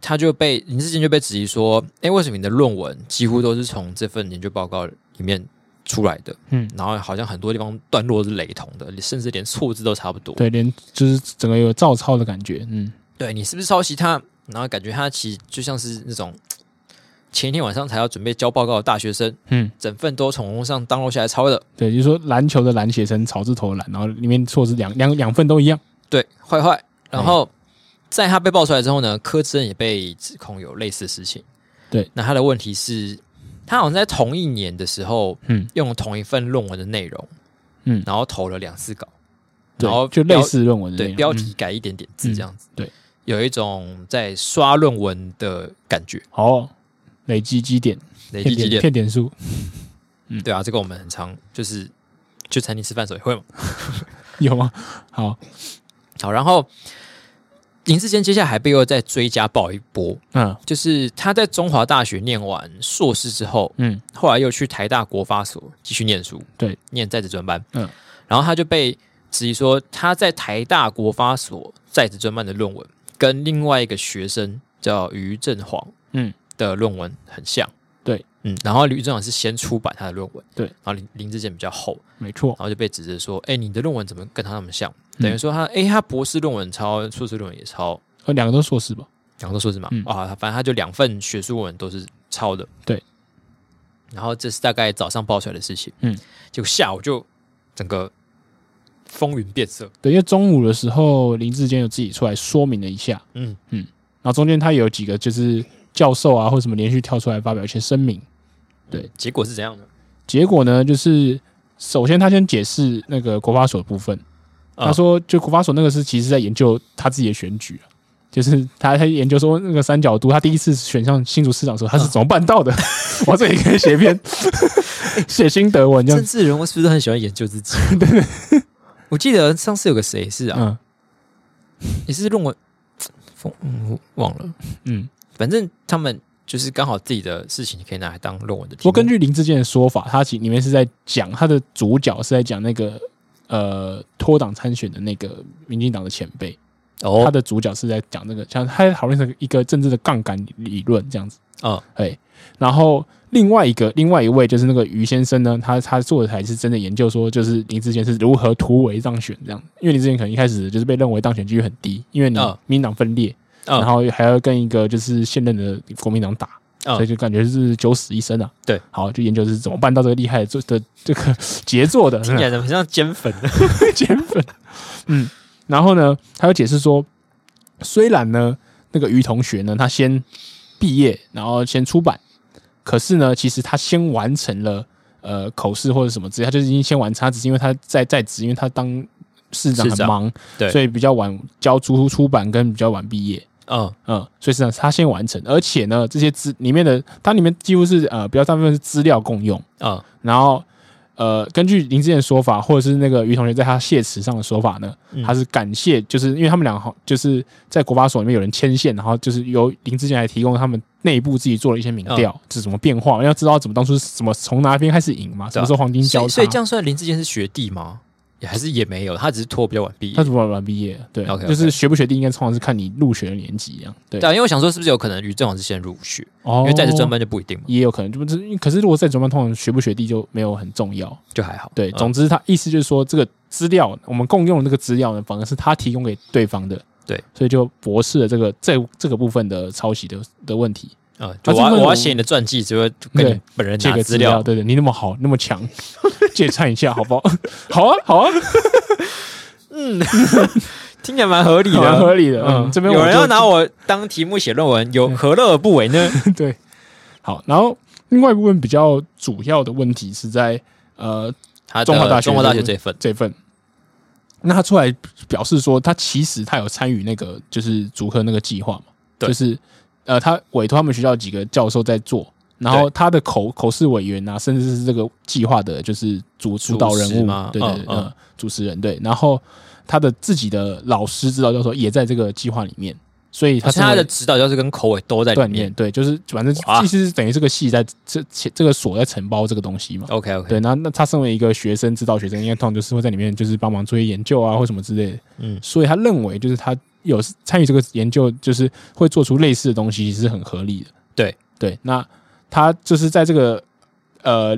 他就被林志坚就被质疑说，哎，为什么你的论文几乎都是从这份研究报告里面出来的？嗯然后好像很多地方段落是雷同的，甚至连错字都差不多。对，连就是整个有照抄的感觉，嗯，对你是不是抄袭他？然后感觉他其实就像是那种前一天晚上才要准备交报告的大学生，嗯，整份都从网络上 download 下来抄的。对，就是说篮球的篮写成草字头的篮，然后里面错字两两两份都一样，对，坏坏。然后在他被爆出来之后呢，柯志恩也被指控有类似的事情。对，那他的问题是，他好像在同一年的时候，嗯，用同一份论文的内容，嗯然后投了两次稿，对然后，就标类似论文的对，内容标嗯题改一点点字这样子，对，有一种在刷论文的感觉，哦，累积基点，累积几骗点点？骗点数，对啊，这个我们很常就是去餐厅吃饭的时候也会嘛。有吗？好，好，然后林志坚接下来还被又再追加爆一波，嗯就是他在中华大学念完硕士之后，嗯，后来又去台大国发所继续念书，对，念在职专班，嗯，然后他就被质疑说他在台大国发所在职专班的论文跟另外一个学生叫于振煌，嗯，的论文很像，对，嗯，然后于振煌是先出版他的论文，对然后林林志坚比较后，没错然，后就被指责说：“哎、你的论文怎么跟他那么像？”嗯等于说他，哎、他博士论文抄，硕士论文也抄，呃，两个都硕士吧？两个都硕士嘛，嗯啊，反正他就两份学术论文都是抄的。对。然后这是大概早上爆出来的事情，嗯，结果下午就整个风云变色，对，因为中午的时候，林志坚有自己出来说明了一下，嗯，然后中间他也有几个就是教授啊或什么连续跳出来发表一些声明，对，结果是怎样的？结果呢，就是首先他先解释那个国发所的部分，啊他说就国发所那个是其实在研究他自己的选举啊。就是他，他研究说那个三角都，他第一次选上新竹市长的时候，他是怎么办 [LAUGHS] 到的？我这里可以写篇写心得文这样政治人物是不是都很喜欢研究自 [LAUGHS] 己？我记得上次有个谁是啊，嗯也是论文，风嗯我忘了，嗯，反正他们就是刚好自己的事情可以拿来当论文的题不过目。根据林志坚的说法，他其里面是在讲他的主角是在讲那个呃脱党参选的那个民进党的前辈，哦他的主角是在讲这个，像他在讨论一个政治的杠杆理论这样子。嗯，哎，然后另外一个另外一位就是那个于先生呢，他他做的才是真的研究说，就是林志坚是如何突围当选这样，因为林志坚可能一开始就是被认为当选几率很低，因为你嗯民进党分裂，嗯然后还要跟一个就是现任的国民党打，嗯所以就感觉是九死一生啊。对，好，就研究是怎么办到这个厉害的这的这个 [LAUGHS] 杰作 [LAUGHS] 的，听起来怎么像尖粉？减粉。 [LAUGHS] 嗯，然后呢，他又解释说，虽然呢，那个于同学呢，他先毕业，然后先出版，可是呢，其实他先完成了呃口试或者什么之类，他就已经先完成，他只是因为他在在职，因为他当市长市很长忙，对所以比较晚交出出版跟比较晚毕业。 [LAUGHS] 嗯，嗯，所以是他先完成，而且呢，这些资里面的它里面几乎是呃比较大部分是资料共用，嗯，然后呃根据林志健的说法，或者是那个于同学在他谢词上的说法呢，嗯他是感谢，就是因为他们俩好就是在国法所里面有人牵线，然后就是由林志健来提供他们内部自己做了一些民嗯调，这、怎么变化，要知道怎么当初是怎么从哪边开始赢嘛，什对啊么时候黄金所交以叉，所以这样算林志坚是学弟吗？也还是也没有，他只是拖比较晚毕业他。怎么晚毕业？对 OK，OK 就是学不学弟应该通常是看你入学的年纪一样，对，对啊，因为我想说，是不是有可能于正老师先入学，哦因为在职专班就不一定嘛，也有可能，就不是。可是如果在专班，通常学不学弟就没有很重要。就还好。对，嗯总之他意思就是说，这个资料我们共用的这个资料呢，反而是他提供给对方的。对，所以就驳斥了这个这这个部分的抄袭的的问题，嗯，就我啊这要部分我要我写你的传记，就会跟你对本人借拿个资资料。对对，你那么好，那么强， [LAUGHS] 借看一下好不 [LAUGHS] 好？好啊，好啊，听起来蛮合理蛮合的。理的。嗯，嗯，这边有我人就要拿我当题目写论文，有何乐而不为呢？ [LAUGHS] 对，好。然后另外一部分比较主要的问题是在呃他的中华大学中华大学这一份，这份。那他出来表示说，他其实他有参与那个就是竹科那个计划嘛，对就是呃，他委托他们学校几个教授在做，然后对他的口口试委员啊，甚至是这个计划的就是主主导人主持物吗，对对嗯对，嗯呃主持人对，然后他的自己的老师指导教授也在这个计划里面，所以他他身为哦他的指导教师跟口尾都在对里里面面。对，就是反正哇意思是等于这个系在这这这个所在承包这个东西嘛， OK OK，对，那那他身为一个学生，指导学生，应该通常就是会在里面就是帮忙做一些研究啊，或什么之类的。嗯所以他认为就是他有参与这个研究，就是会做出类似的东西是很合理的。对对，那他就是在这个呃，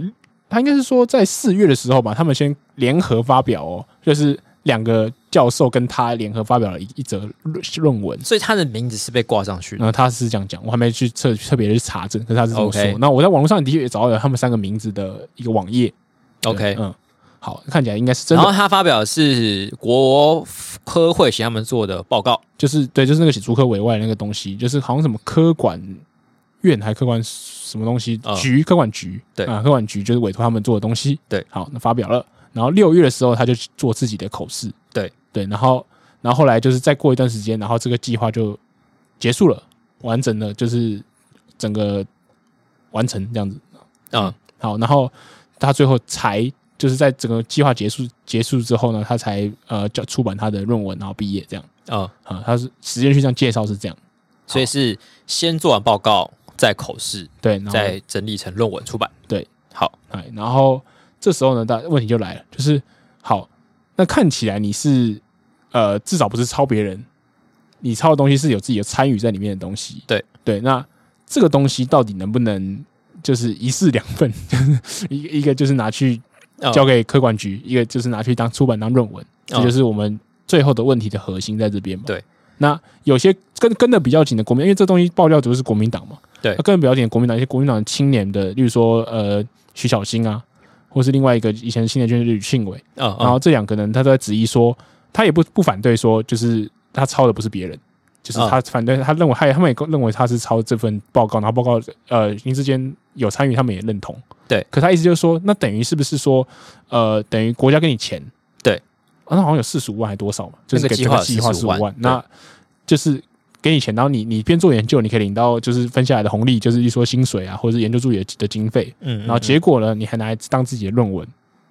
他应该是说在四月的时候吧，他们先联合发表哦，就是两个教授跟他联合发表了一一则论论文。所以他的名字是被挂上去然的。后他是这样讲，我还没去特特别去查证，可是他是这么说 OK。那我在网络上的确也找到了他们三个名字的一个网页，对 OK，嗯，好，看起来应该是真然后的，他发表的是国科会协他们做的报告，就是对，就是那个写竹科委外的那个东西，就是好像什么科管院还科管什么东西嗯局，科管局，对啊，科管局就是委托他们做的东西，对，好，那发表了，然后六月的时候他就去做自己的口试，对对，然后然后后来就是再过一段时间，然后这个计划就结束了，完整的就是整个完成这样子，嗯，好，然后他最后才就是在整个计划结束结束之后呢，他才呃叫出版他的论文，然后毕业这样嗯，啊、他是时间序上介绍是这样，所以是先做完报告，再口试，对，然后再整理成论文出版。对，好，哎，然后这时候呢，大问题就来了，就是好，那看起来你是呃至少不是抄别人，你抄的东西是有自己的参与在里面的东西，对对，那这个东西到底能不能就是一式两份， [LAUGHS] 就是一个一个就是拿去嗯交给科管局，一个就是拿去当出版当论文，这就是我们最后的问题的核心在这边嘛。哦对，那有些跟跟的比较紧的国民，因为这东西爆料主要是国民党嘛，对那跟的比较紧的国民党，一些国民党的青年的，例如说呃徐小新啊，或是另外一个以前的青年军吕庆伟，嗯然后嗯，这两个人他都在质疑说，他也不不反对说，就是他抄的不是别人。就是嗯他反对，他认为他也他们也认为他是抄这份报告，然后报告呃林志坚有参与，他们也认同。对，可他意思就是说，那等于是不是说呃等于国家给你钱？对啊，那好像有四十五万还多少嘛？就是那个给计这划个计划45 15万万，那就是给你钱，然后你你边做研究，你可以领到就是分下来的红利，就是一说薪水啊，或者是研究助理的的经费。嗯，然后结果呢，你还拿来当自己的论文，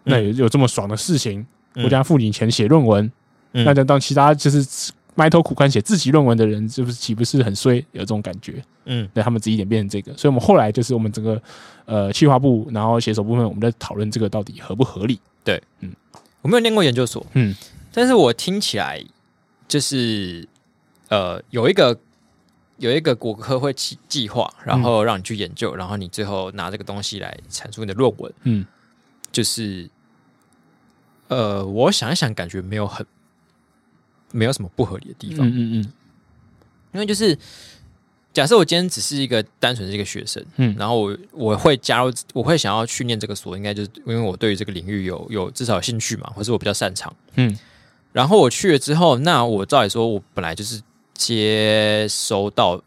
那有有这么爽的事情，嗯国家付你钱写论文，嗯那就当其他就是埋头苦干写自己论文的人，是不是岂不是很衰？有这种感觉，嗯那他们自己点变成这个，所以我们后来就是我们整个呃企划部，然后写手部分，我们在讨论这个到底合不合理。我没有念过研究所，嗯，但是我听起来就是呃，有一个有一个国科会计计划，然嗯后让你去研究，然后你最后拿这个东西来阐述你的论文，嗯，就是呃，我想一想，感觉没有很没有什么不合理的地嗯方，嗯嗯因为就是假设我今天只是一个单纯是一个学生，嗯然后我我会加入，我会想要去念这个所，应该就是因为我对于这个领域有有至少有兴趣嘛，或是我比较擅长。嗯然后我去了之后，那我照理说，我本来就是接收到，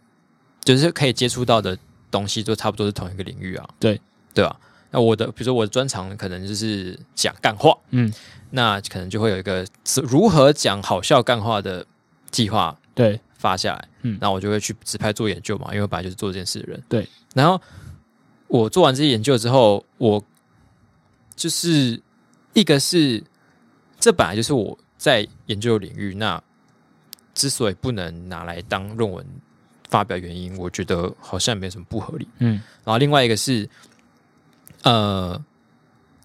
就是可以接触到的东西，就差不多是同一个领域啊。对对啊，那我的比如说我的专长可能就是讲干话，嗯，那可能就会有一个如何讲好笑干话的计划对发下来，嗯然后我就会去指派做研究嘛，因为我本来就是做这件事的人。对，然后我做完这些研究之后，我就是一个是这本来就是我在研究领域，那之所以不能拿来当论文发表原因，我觉得好像没有什么不合理。嗯然后另外一个是，呃，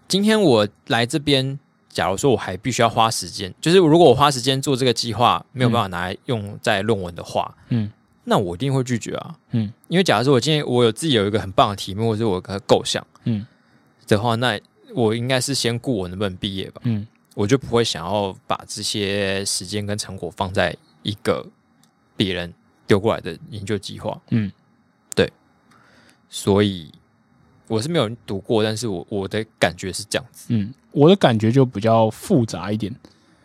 今天我来这边，假如说我还必须要花时间，就是如果我花时间做这个计划，没有办法拿来用在论文的话，嗯那我一定会拒绝啊。嗯因为假如说我今天我有自己有一个很棒的题目，或者是我有个构想嗯的话，那我应该是先顾我能不能毕业吧，嗯我就不会想要把这些时间跟成果放在一个别人丢过来的研究计划。嗯，所以我是没有读过，但是我我的感觉是这样子。嗯，我的感觉就比较复杂一点。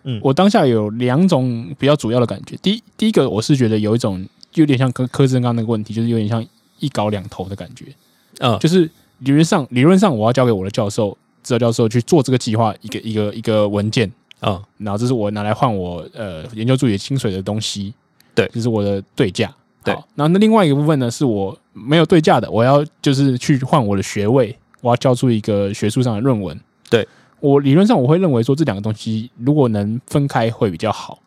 嗯我当下有两种比较主要的感觉。第一，第一个我是觉得有一种有点像柯柯震刚刚那个问题，就是有点像一搞两头的感觉。嗯，就是理论上，理论上我要交给我的教授、指导教授去做这个计划，一个一个一个文件，嗯然后这是我拿来换我呃研究助理薪水的东西，对这是我的对价。对好，然后那另外一个部分呢，是我没有对价的，我要就是去换我的学位，我要交出一个学术上的论文。对我理论上我会认为说这两个东西如果能分开会比较好。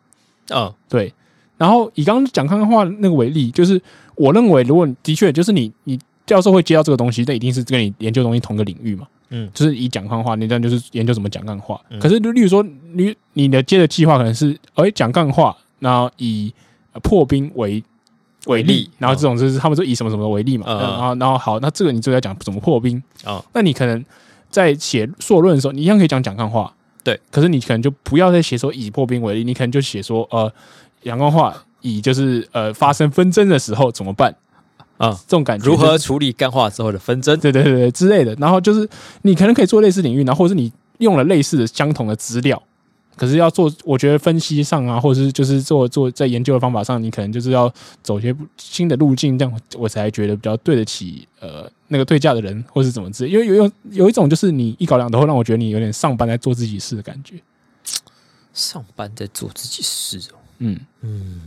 嗯对，然后以刚刚讲康康话那个为例，就是我认为，如果你的确就是你你教授会接到这个东西，那一定是跟你研究东西同个领域嘛。嗯就是以讲康话，你这样就是研究怎么讲干话。嗯可是，例如说，你你的接的计划可能是，哎，讲干话，然后以呃破冰为为为例嗯例，然后这种就是他们说以什么什么为例嘛。嗯嗯然后，然后好，那这个你就要讲怎么破冰。嗯那你可能在写硕论的时候，你一样可以讲讲干话，对。可是你可能就不要再写说以破冰为例，你可能就写说呃，阳光话以就是呃发生纷争的时候怎么办？嗯，这种感觉如就是何处理干化之后的纷争？对对对对之类的。然后就是你可能可以做类似领域，然后或者是你用了类似的相同的资料，可是要做，我觉得分析上啊，或者是就是做做在研究的方法上，你可能就是要走一些不新的路径，这样我我才觉得比较对得起呃那个对价的人，或是怎么之类。因为有有有一种就是你一搞两头，会让我觉得你有点上班在做自己事的感觉。上班在做自己事哦。嗯嗯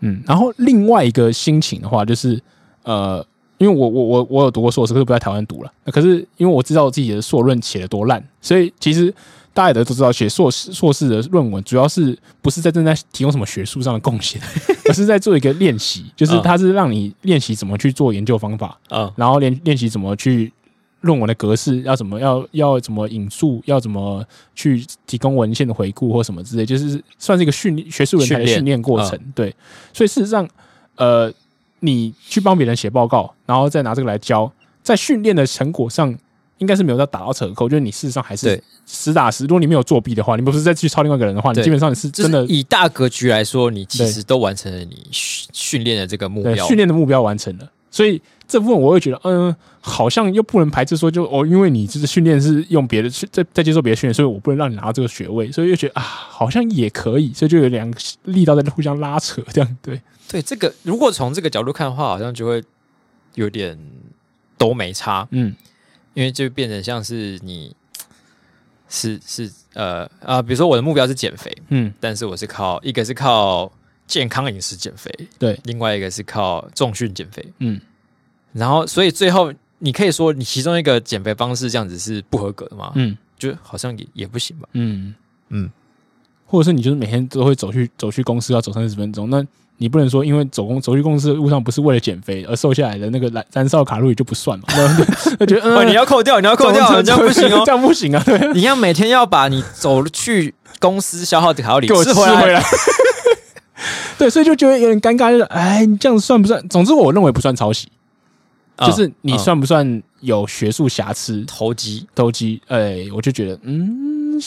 嗯，然后另外一个心情的话，就是呃。因为我我我我有读过硕士，可是不在台湾读了。那可是因为我知道我自己的硕论写的多烂，所以其实大家也都知道，写硕士硕士的论文主要是不是在正在提供什么学术上的贡献， [LAUGHS] 而是在做一个练习，就是它是让你练习怎么去做研究方法，嗯然后练练习怎么去论文的格式，要怎么要要怎么引述，要怎么去提供文献的回顾或什么之类，就是算是一个训练学术人才训的练嗯训练过程。对，所以事实上，呃，你去帮别人写报告，然后再拿这个来教，在训练的成果上。应该是没有到打到折扣，就是你事实上还是对实打实。如果你没有作弊的话，你不是再去抄另外一个人的话，你对基本上你是就是真的以大格局来说，你其实都完成了你训训练的这个目对标训。练的目标完成了，所以这部分我会觉得，嗯，好像又不能排斥说就哦，因为你这个训练是用别的去在在接受别的训练，所以我不能让你拿到这个学位，所以又觉得啊，好像也可以，所以就有两个力道在互相拉扯，这样对，对这个，如果从这个角度看的话，好像就会有点都没差，嗯因为就变成像是你是是呃啊，比如说我的目标是减肥，嗯但是我是靠一个是靠健康饮食减肥，对，另外一个是靠重训减肥，嗯然后所以最后你可以说你其中一个减肥方式这样子是不合格的吗？嗯就好像也也不行吧。嗯嗯，或者是你就是每天都会走去走去公司要走三十分钟，那你不能说因为走公走去公司的路上不是为了减肥而瘦下来的那个燃燃烧卡路里就不算嘛，那 [LAUGHS] 那觉得哦，嗯，你要扣掉，你要扣 [LAUGHS] 掉，这样不行哦这。样不行啊，对啊。你要每天要把你走去公司消耗的卡路里给我吃吃回回来。来。 [LAUGHS] 对，所以就觉得有点尴尬，就是哎，你这样算不算？总之，我认为不算抄袭，嗯就是你嗯算不算有学术瑕疵、投机，投机？哎，我就觉得嗯，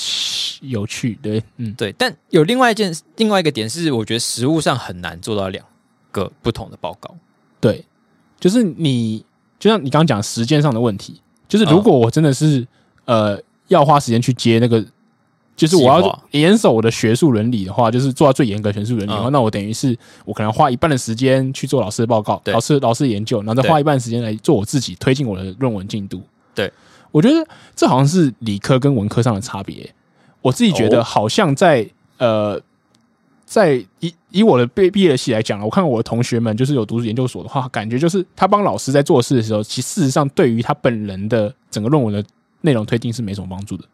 有趣，对，嗯对。但有另外一件另外一个点是，我觉得实物上很难做到两个不同的报告。对，就是你就像你刚刚讲时间上的问题，就是如嗯果我真的是、呃要花时间去接那个，就是我计要划严守我的学术伦理的话，就是做到最严格的学术伦理的话，嗯那我等于是我可能花一半的时间去做老师的报告，对老师老师的研究，然后再对花一半的时间来做我自己推进我的论文进度。对，我觉得这好像是理科跟文科上的差别。我自己觉得哦好像在、呃在以以我的毕毕业的系来讲了，我看我的同学们就是有读研究所的话，感觉就是他帮老师在做事的时候，其实事实上对于他本人的整个论文的内容推进是没什么帮助的。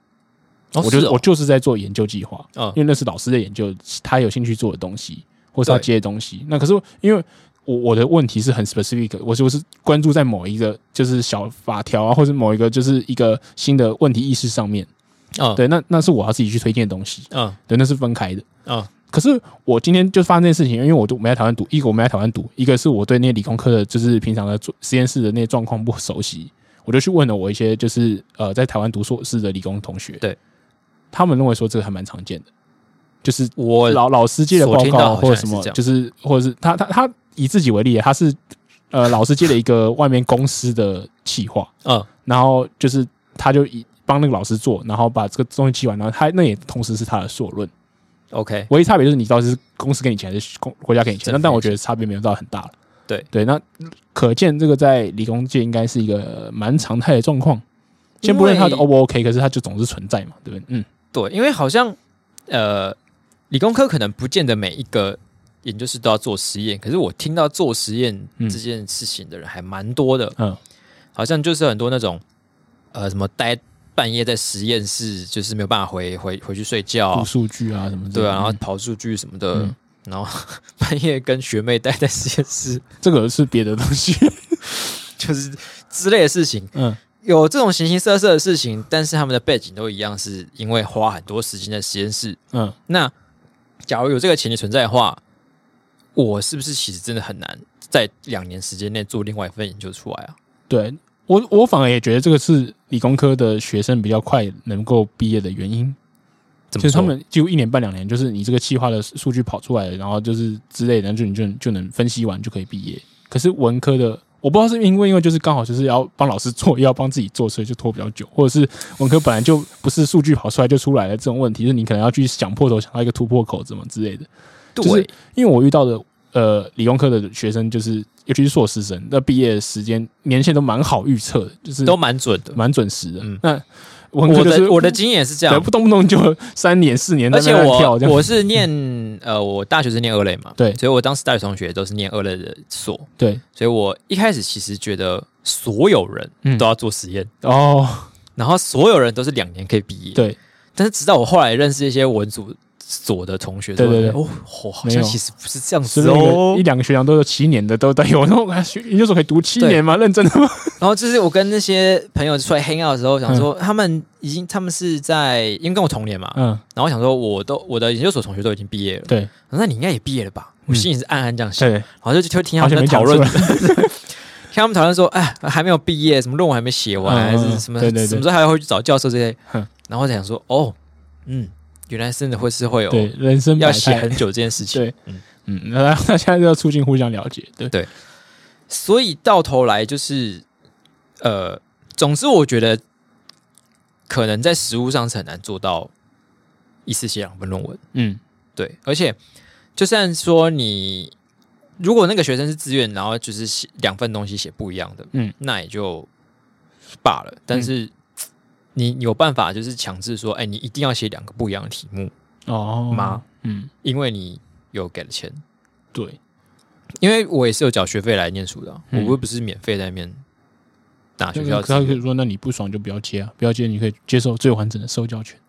哦我就是哦我就是在做研究计划，嗯因为那是老师的研究，他有兴趣做的东西，或是他对接的东嗯西。那可是因为我我的问题是很 specific，我就是关注在某一个就是小法条啊，或者某一个就是一个新的问题意识上面。嗯对，那那是我要自己去推荐的东西，嗯对，那是分开的。嗯可是我今天就发生这件事情，因为我都没在台湾读，一个我没在台湾读，一个是我对那些理工科的，就是平常的做实验室的那些状况不熟悉，我就去问了我一些就是呃在台湾读硕士的理工同学，对，他们认为说这个还蛮常见的，就是我老老师接的所报听到告啊好像或也者什是么这，样就是或者是他他他以自己为例，他是呃老师接了一个外面公司的企划，嗯然后就是他就以帮那个老师做，然后把这个东西记完，然后他那也同时是他的硕论。 OK，唯一差别就是你到底是公司给你钱还是公国家给你钱，政府那但我给觉得差别没有到很大了。对对，那可见这个在理工界应该是一个蛮常态的状况。先不论它因为 O 不 OK，可是它就总是存在嘛，对不对？嗯，对，因为好像呃，理工科可能不见得每一个研究室都要做实验，可是我听到做实验嗯这件事情的人还蛮多的，嗯，好像就是很多那种呃什么待半夜在实验室，就是没有办法回回回去睡觉读啊，数据啊什么之类对的啊，然后嗯跑数据什么的，嗯然后 [LAUGHS] 半夜跟学妹待在实验 [LAUGHS] 室，这个是别的东 [LAUGHS] 西。就是之类的事情。嗯，有这种形形色色的事情，但是他们的背景都一样，是因为花很多时间在实验室。嗯，那假如有这个前提存在的话，我是不是其实真的很难在两年时间内做另外一份研究出来啊？对我我反而也觉得这个是理工科的学生比较快能够毕业的原因。怎其么实他说？们几乎一年半两年，就是你这个企划的数据跑出来了，然后就是之类的，然后就你就就能分析完就可以毕业。可是文科的，我不知道是因为因为就是刚好就是要帮老师做，又要帮自己做，所以就拖比较久，或者是文科本来就不是数据跑出来就出来了这种问题，就是你可能要去想破头想到一个突破口怎么之类的。对、就是因为我遇到的呃理工科的学生，就是尤其是硕士生，那毕业时间年限都蛮好预测的，就是都蛮准的。蛮准时的。嗯那文科我就是的我的经验是这样不，动不动就三年四年在而那且边跳我这样，我是念呃，我大学是念二类嘛，对所以我当时大学同学都是念二类的所，对所以我一开始其实觉得所有人嗯都要做实验，哦，然后所有人都是两年可以毕业，对，但是直到我后来认识一些文组所的同学之对后，对对我觉得哦，哦好没像有其实不是这样是子那哦个一。两个学长都有七年的都都有，然后我还啊学研究所可以读七年吗？认真的吗？然后就是我跟那些朋友出来 hang out 的时候，想说他们已经他们是在因为跟我同年嘛，嗯，然后我想说我都我的研究所同学都已经毕业了，对我说那你应该也毕业了吧？嗯我心里是暗暗这样想，对，然后就就听他好们在像没讨讲论出，来，听他们讨论说，哎，还没有毕业，什么论文还没写完，嗯还是什么对对对什么时候还会去找教授这些哼，然后我想说，哦，嗯，原来真的会是会有对，人生要百写态很，久这件事情，对嗯，嗯，那那现在就要促进互相了解，对，所以到头来就是，呃，总之我觉得可能在实物上是很难做到一次写两份论文。嗯，对，而且就算说你如果那个学生是自愿，然后就是写两份东西写不一样的，嗯，那也就罢了。但是嘖你有办法就是强制说，哎、你一定要写两个不一样的题目，哦吗？嗯，因为你有给了钱。对，因为我也是有缴学费来念书的啊、嗯我又不是免费在面打学校可资他可源。以说，那你不爽就不要接啊，不要接，你可以接受最完整的受教权，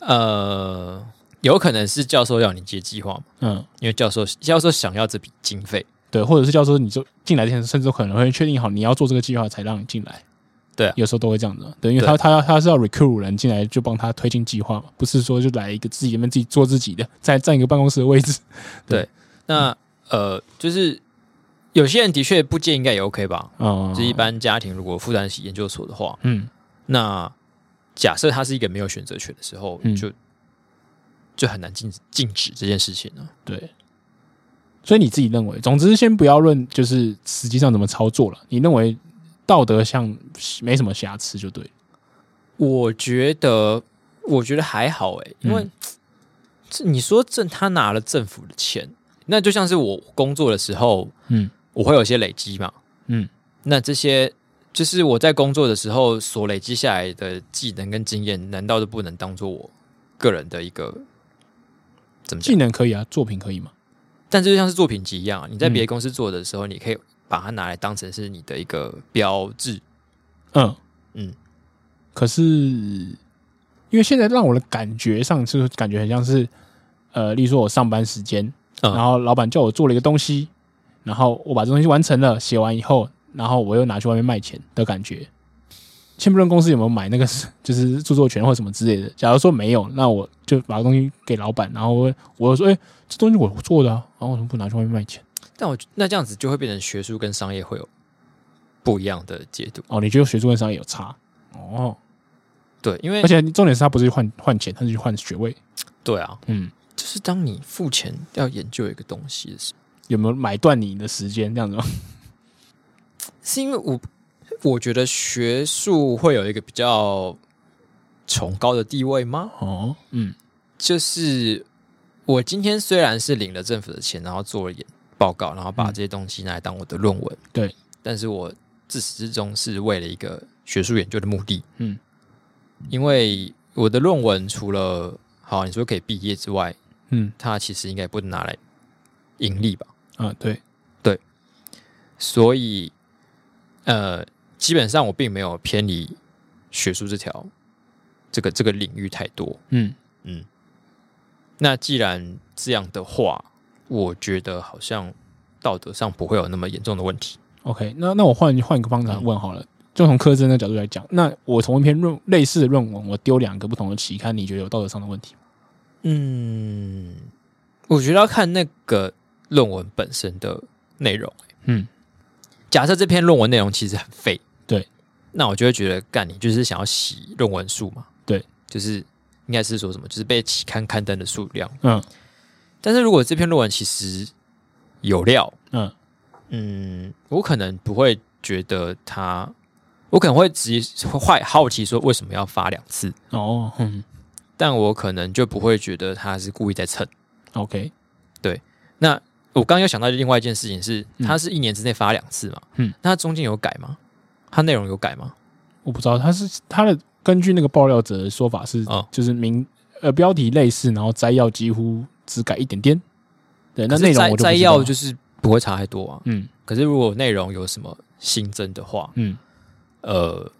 呃，有可能是教授要你接计划嘛，嗯。因为教授教授想要这笔经费，对，或者是教授，你就进来之前，甚至可能会确定好你要做这个计划才让你进来。对啊有时候都会这样子嘛，对，因为他他要他是要 recruit 人进来就帮他推进计划嘛，不是说就来一个自己那边自己做自己的，在占一个办公室的位置。那呃，就是有些人的确不接应该也 OK 吧。嗯，就是一般家庭如果负担起研究所的话，嗯，那假设他是一个没有选择权的时候，嗯就就很难禁禁止这件事情啊了、对。所以你自己认为，总之先不要论就是实际上怎么操作了，你认为道德上没什么瑕疵就对了。我觉得，我觉得还好诶、因为、嗯这你说政他拿了政府的钱，那就像是我工作的时候，嗯我会有一些累积嘛，嗯，那这些就是我在工作的时候所累积下来的技能跟经验，难道就不能当做我个人的一个怎么技讲？能可以啊，作品可以嘛？但这就像是作品集一样，你在嗯别的公司做的时候，你可以把它拿来当成是你的一个标志。嗯嗯，可是因为现在让我的感觉上就是感觉很像是，呃，例如说我上班时间，嗯然后老板叫我做了一个东西，然后我把这东西完成了，写完以后，然后我又拿去外面卖钱的感觉。先不论公司有没有买那个 [LAUGHS] 就是著作权或什么之类的，假如说没有，那我就把东西给老板，然后我我又说，哎、这东西我做的啊，然后我怎么不拿去外面卖钱？但我那这样子就会变成学术跟商业会有不一样的解读。哦，你觉得学术跟商业有差？哦，对，因为而且重点是他不是去换换钱，他是去换学位。对啊，嗯，就是当你付钱要研究一个东西的时候。有没有买断你的时间这样子吗？是因为我我觉得学术会有一个比较崇高的地位吗？哦，嗯就是我今天虽然是领了政府的钱，然后做了研报告，然后把嗯这些东西拿来当我的论文，对，但是我自始至终是为了一个学术研究的目的，嗯，因为我的论文除了好你说可以毕业之外，嗯它其实应该不能拿来盈利吧，啊，对，所以呃，基本上我并没有偏离学术这条这个这个领域太多。嗯那既然这样的话，我觉得好像道德上不会有那么严重的问题。 ，OK，那那我换换一个方法问好了，就从柯震的角度来讲，那我从一篇论类似的论文，我丢两个不同的期刊，你觉得有道德上的问题吗？嗯，我觉得要看那个论文本身的内容。嗯，假设这篇论文内容其实很废，对，那我就会觉得干你就是想要洗论文数嘛，对，就是应该是说什么，就是被期刊刊登的数量。嗯但是如果这篇论文其实有料，嗯嗯，我可能不会觉得它，我可能会直接坏好奇说为什么要发两次，哦嗯但我可能就不会觉得他是故意在蹭。 ，OK，那我刚刚又想到另外一件事情是，嗯他是一年之内发两次嘛，嗯，那它中间有改吗？它内容有改吗？我不知道他是他的根据那个爆料者的说法是，哦就是名呃标题类似，然后摘要几乎只改一点点，对，那可是内容摘我就不知道摘要就是不会差太多啊。嗯可是如果内容有什么新增的话，嗯呃，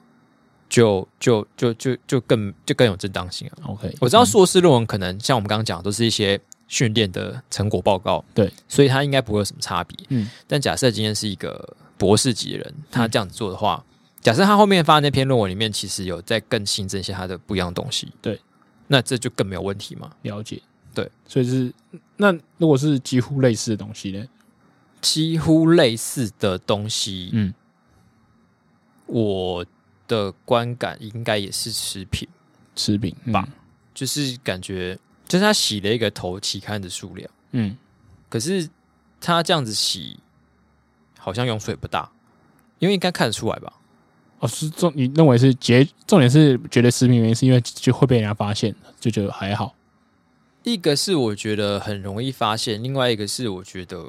就就就就就更就更有正当性啊。 ，OK，我知道嗯硕士论文可能像我们刚刚讲的，都是一些训练的成果报告，对，所以它应该不会有什么差别。嗯但假设今天是一个博士级的人，他这样子做的话，嗯假设他后面发的那篇论文里面其实有在更新增一些他的不一样的东西，对，那这就更没有问题嘛。了解，对，所以是那如果是几乎类似的东西呢？几乎类似的东西，嗯，我的观感应该也是持平，食品嗯吧，就是感觉就是他洗了一个头期刊的数量。嗯，可是他这样子洗，好像用处也不大，因为应该看得出来吧？哦，是重你认为是结重点是觉得食品原因是因为就会被人家发现，就觉得还好，一个是我觉得很容易发现，另外一个是我觉得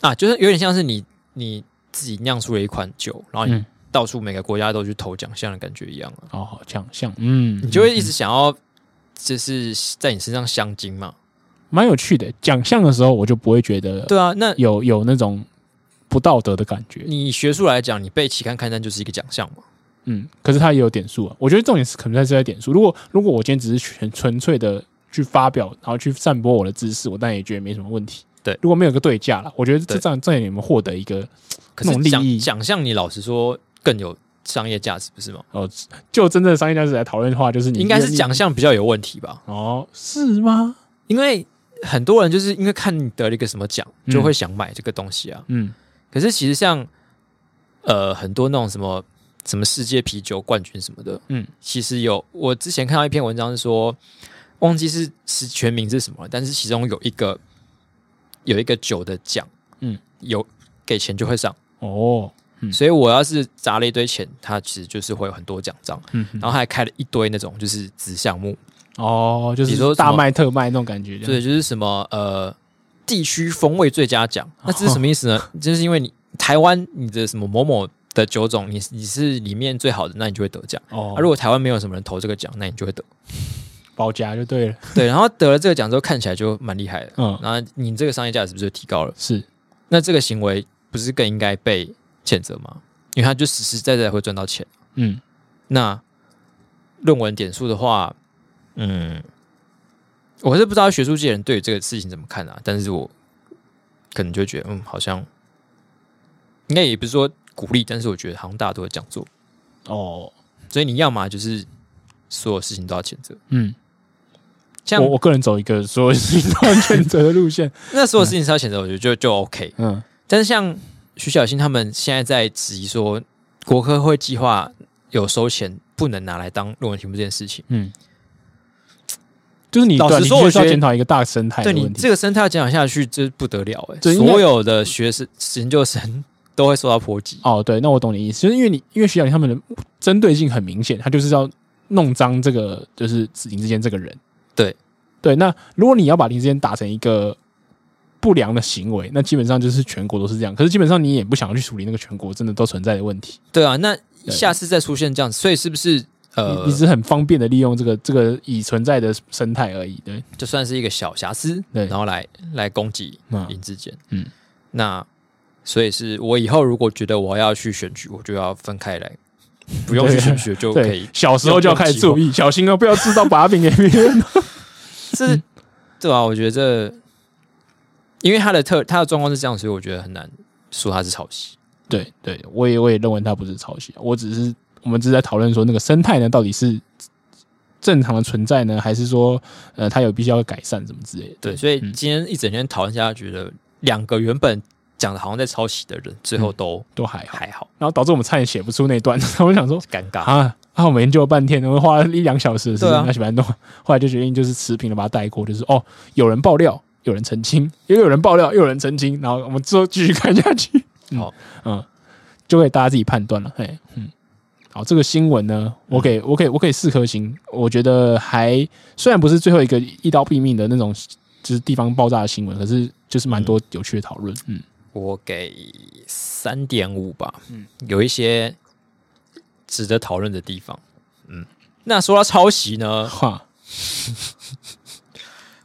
啊，就是有点像是你你自己酿出了一款酒，然后你嗯到处每个国家都去投奖项的感觉一样啊，哦，好像像嗯，你就会一嗯直想要就是在你身上镶金嘛？蛮有趣的。奖项的时候我就不会觉得对啊，那有有那种不道德的感觉，你学术来讲，你被期刊刊登就是一个奖项嘛？嗯，可是他也有点数啊。我觉得重点是可能在这些点数。如果如果我今天只是纯纯粹的去发表，然后去散播我的知识，我当然也觉得没什么问题。对如果没有个对价了，我觉得这对这样这样你们获得一个可那种是利奖益奖项，你老实说更有商业价值，不是吗？哦，就真正的商业价值来讨论的话，就是你应该是愿意奖项比较有问题吧？哦，是吗？因为很多人就是因为看你得了一个什么奖，嗯就会想买这个东西啊。嗯，可是其实像呃很多那种什么什么世界啤酒冠军什么的，嗯，其实有我之前看到一篇文章是说，忘记是是全名是什么了，但是其中有一个有一个酒的奖，嗯，有给钱就会上，哦，嗯所以我要是砸了一堆钱，它其实就是会有很多奖章，嗯，然后还开了一堆那种就是子项目，哦，就你说是什么大卖特卖那种感觉，这样对，就是什么呃地区风味最佳奖，哦那这是什么意思呢？ [LAUGHS] 就是因为你台湾你的什么某某的酒种，你你是里面最好的，那你就会得奖。啊哦 [LAUGHS] 啊，如果台湾没有什么人投这个奖，那你就会得。保夹就对了。对，然后得了这个奖之后，看起来就蛮厉害的。嗯，然后你这个商业价值不是就提高了？是那这个行为不是更应该被谴责吗？因为他就实实在在会赚到钱。嗯，那论文点数的话，嗯，我是不知道学术界人对于这个事情怎么看啊，但是我可能就会觉得，嗯，好像应该也不是说鼓励，但是我觉得好像大家都会这样做，哦，所以你要嘛就是所有事情都要谴责，嗯，像我我个人走一个所有事情都要选择的路线。那所有事情是要谴责，我觉得就就 OK。嗯，但是像徐小新他们现在在质疑说，国科会计划有收钱不能拿来当论文题目这件事情。嗯，就是你老实对你说确我实觉要得检讨一个大生态的对你问题。这个生态要讲下去，这不得了哎、对应该所有的学生研究生 [LAUGHS] 都会受到波及。哦，对，那我懂你意思，就是因为你因为徐小林他们的针对性很明显，他就是要弄脏这个就是林志坚这个人。对对，那如果你要把林志坚打成一个不良的行为，那基本上就是全国都是这样。可是基本上你也不想要去处理那个全国真的都存在的问题，对啊，那对下次再出现这样子，所以是不是呃你，你只是很方便的利用这个这个已存在的生态而已。对，就算是一个小瑕疵，对然后来来攻击嗯林志坚？嗯，那所以是我以后如果觉得我要去选举，我就要分开 [LAUGHS] 来，不用去对啊选举就可以对，小时候就要开始注意，小心哦，不要制造把柄给别人。嗯这对啊，我觉得这，因为他的特他的状况是这样，所以我觉得很难说他是抄袭。对对，我也我也认为它不是抄袭，啊我只是我们只是在讨论说那个生态呢到底是正常的存在呢，还是说呃它有必须要改善什么之类的？对，所以嗯今天一整天讨论下来，觉得两个原本讲的好像在抄袭的人，最后都都还好。还好，然后导致我们差点写不出那段， [LAUGHS] 我想说尴尬。啊啊，我们研究了半天，我们花了一两小时的时间对啊要写完弄， [LAUGHS] 后来就决定就是持平的把它带过，就是哦有人爆料，有人澄清，又有人爆料，又有人澄清，然后我们之后继续看下去。嗯好，嗯，就给大家自己判断了。嘿，嗯，好，这个新闻呢，嗯我给我给我给四颗星，我觉得还虽然不是最后一个一刀毙命的那种，就是地方爆炸的新闻，可是就是蛮多有趣的讨论。嗯，我给三点五吧，嗯，有一些值得讨论的地方。嗯，那说到抄袭呢，哈，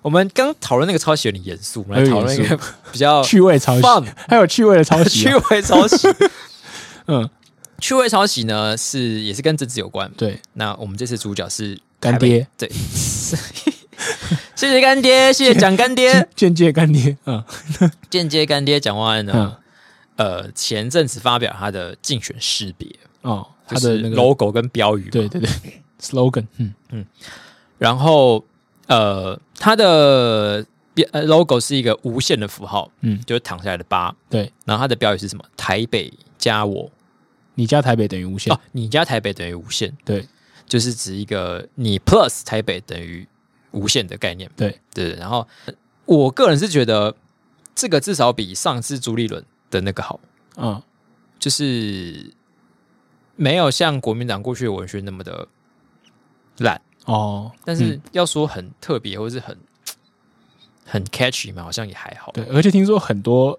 我们刚讨论那个抄袭有点严肃，我们来讨论一哎有点个比较 [LAUGHS] 趣味抄袭 fun，还有趣味的抄袭 [LAUGHS] 趣啊、味抄袭。 [LAUGHS] 嗯， [LAUGHS] 趣味抄袭呢是也是跟政治有关。对，那我们这次主角是干台北，爹。对， [LAUGHS] 谢谢干爹，谢谢蒋干爹，间接干爹，嗯间接干爹蒋万安呢，嗯呃，前阵子发表他的竞选识别，哦，他就是的那个 logo 跟标语嘛，[LAUGHS] 对对对 slogan，嗯然后呃，他的标呃 logo 是一个无限的符号，嗯，就是躺下来的八，对，然后他的标语是什么？台北加我你加台北等于无限啊，，你加台北等于无限，对就是指一个你 plus 台北等于无限的概念。对对，然后呃我个人是觉得这个至少比上次朱立伦的那个好，嗯就是没有像国民党过去的文宣那么的烂，哦，但是嗯要说很特别或是很很 catchy 嘛，好像也还好。对，而且听说很多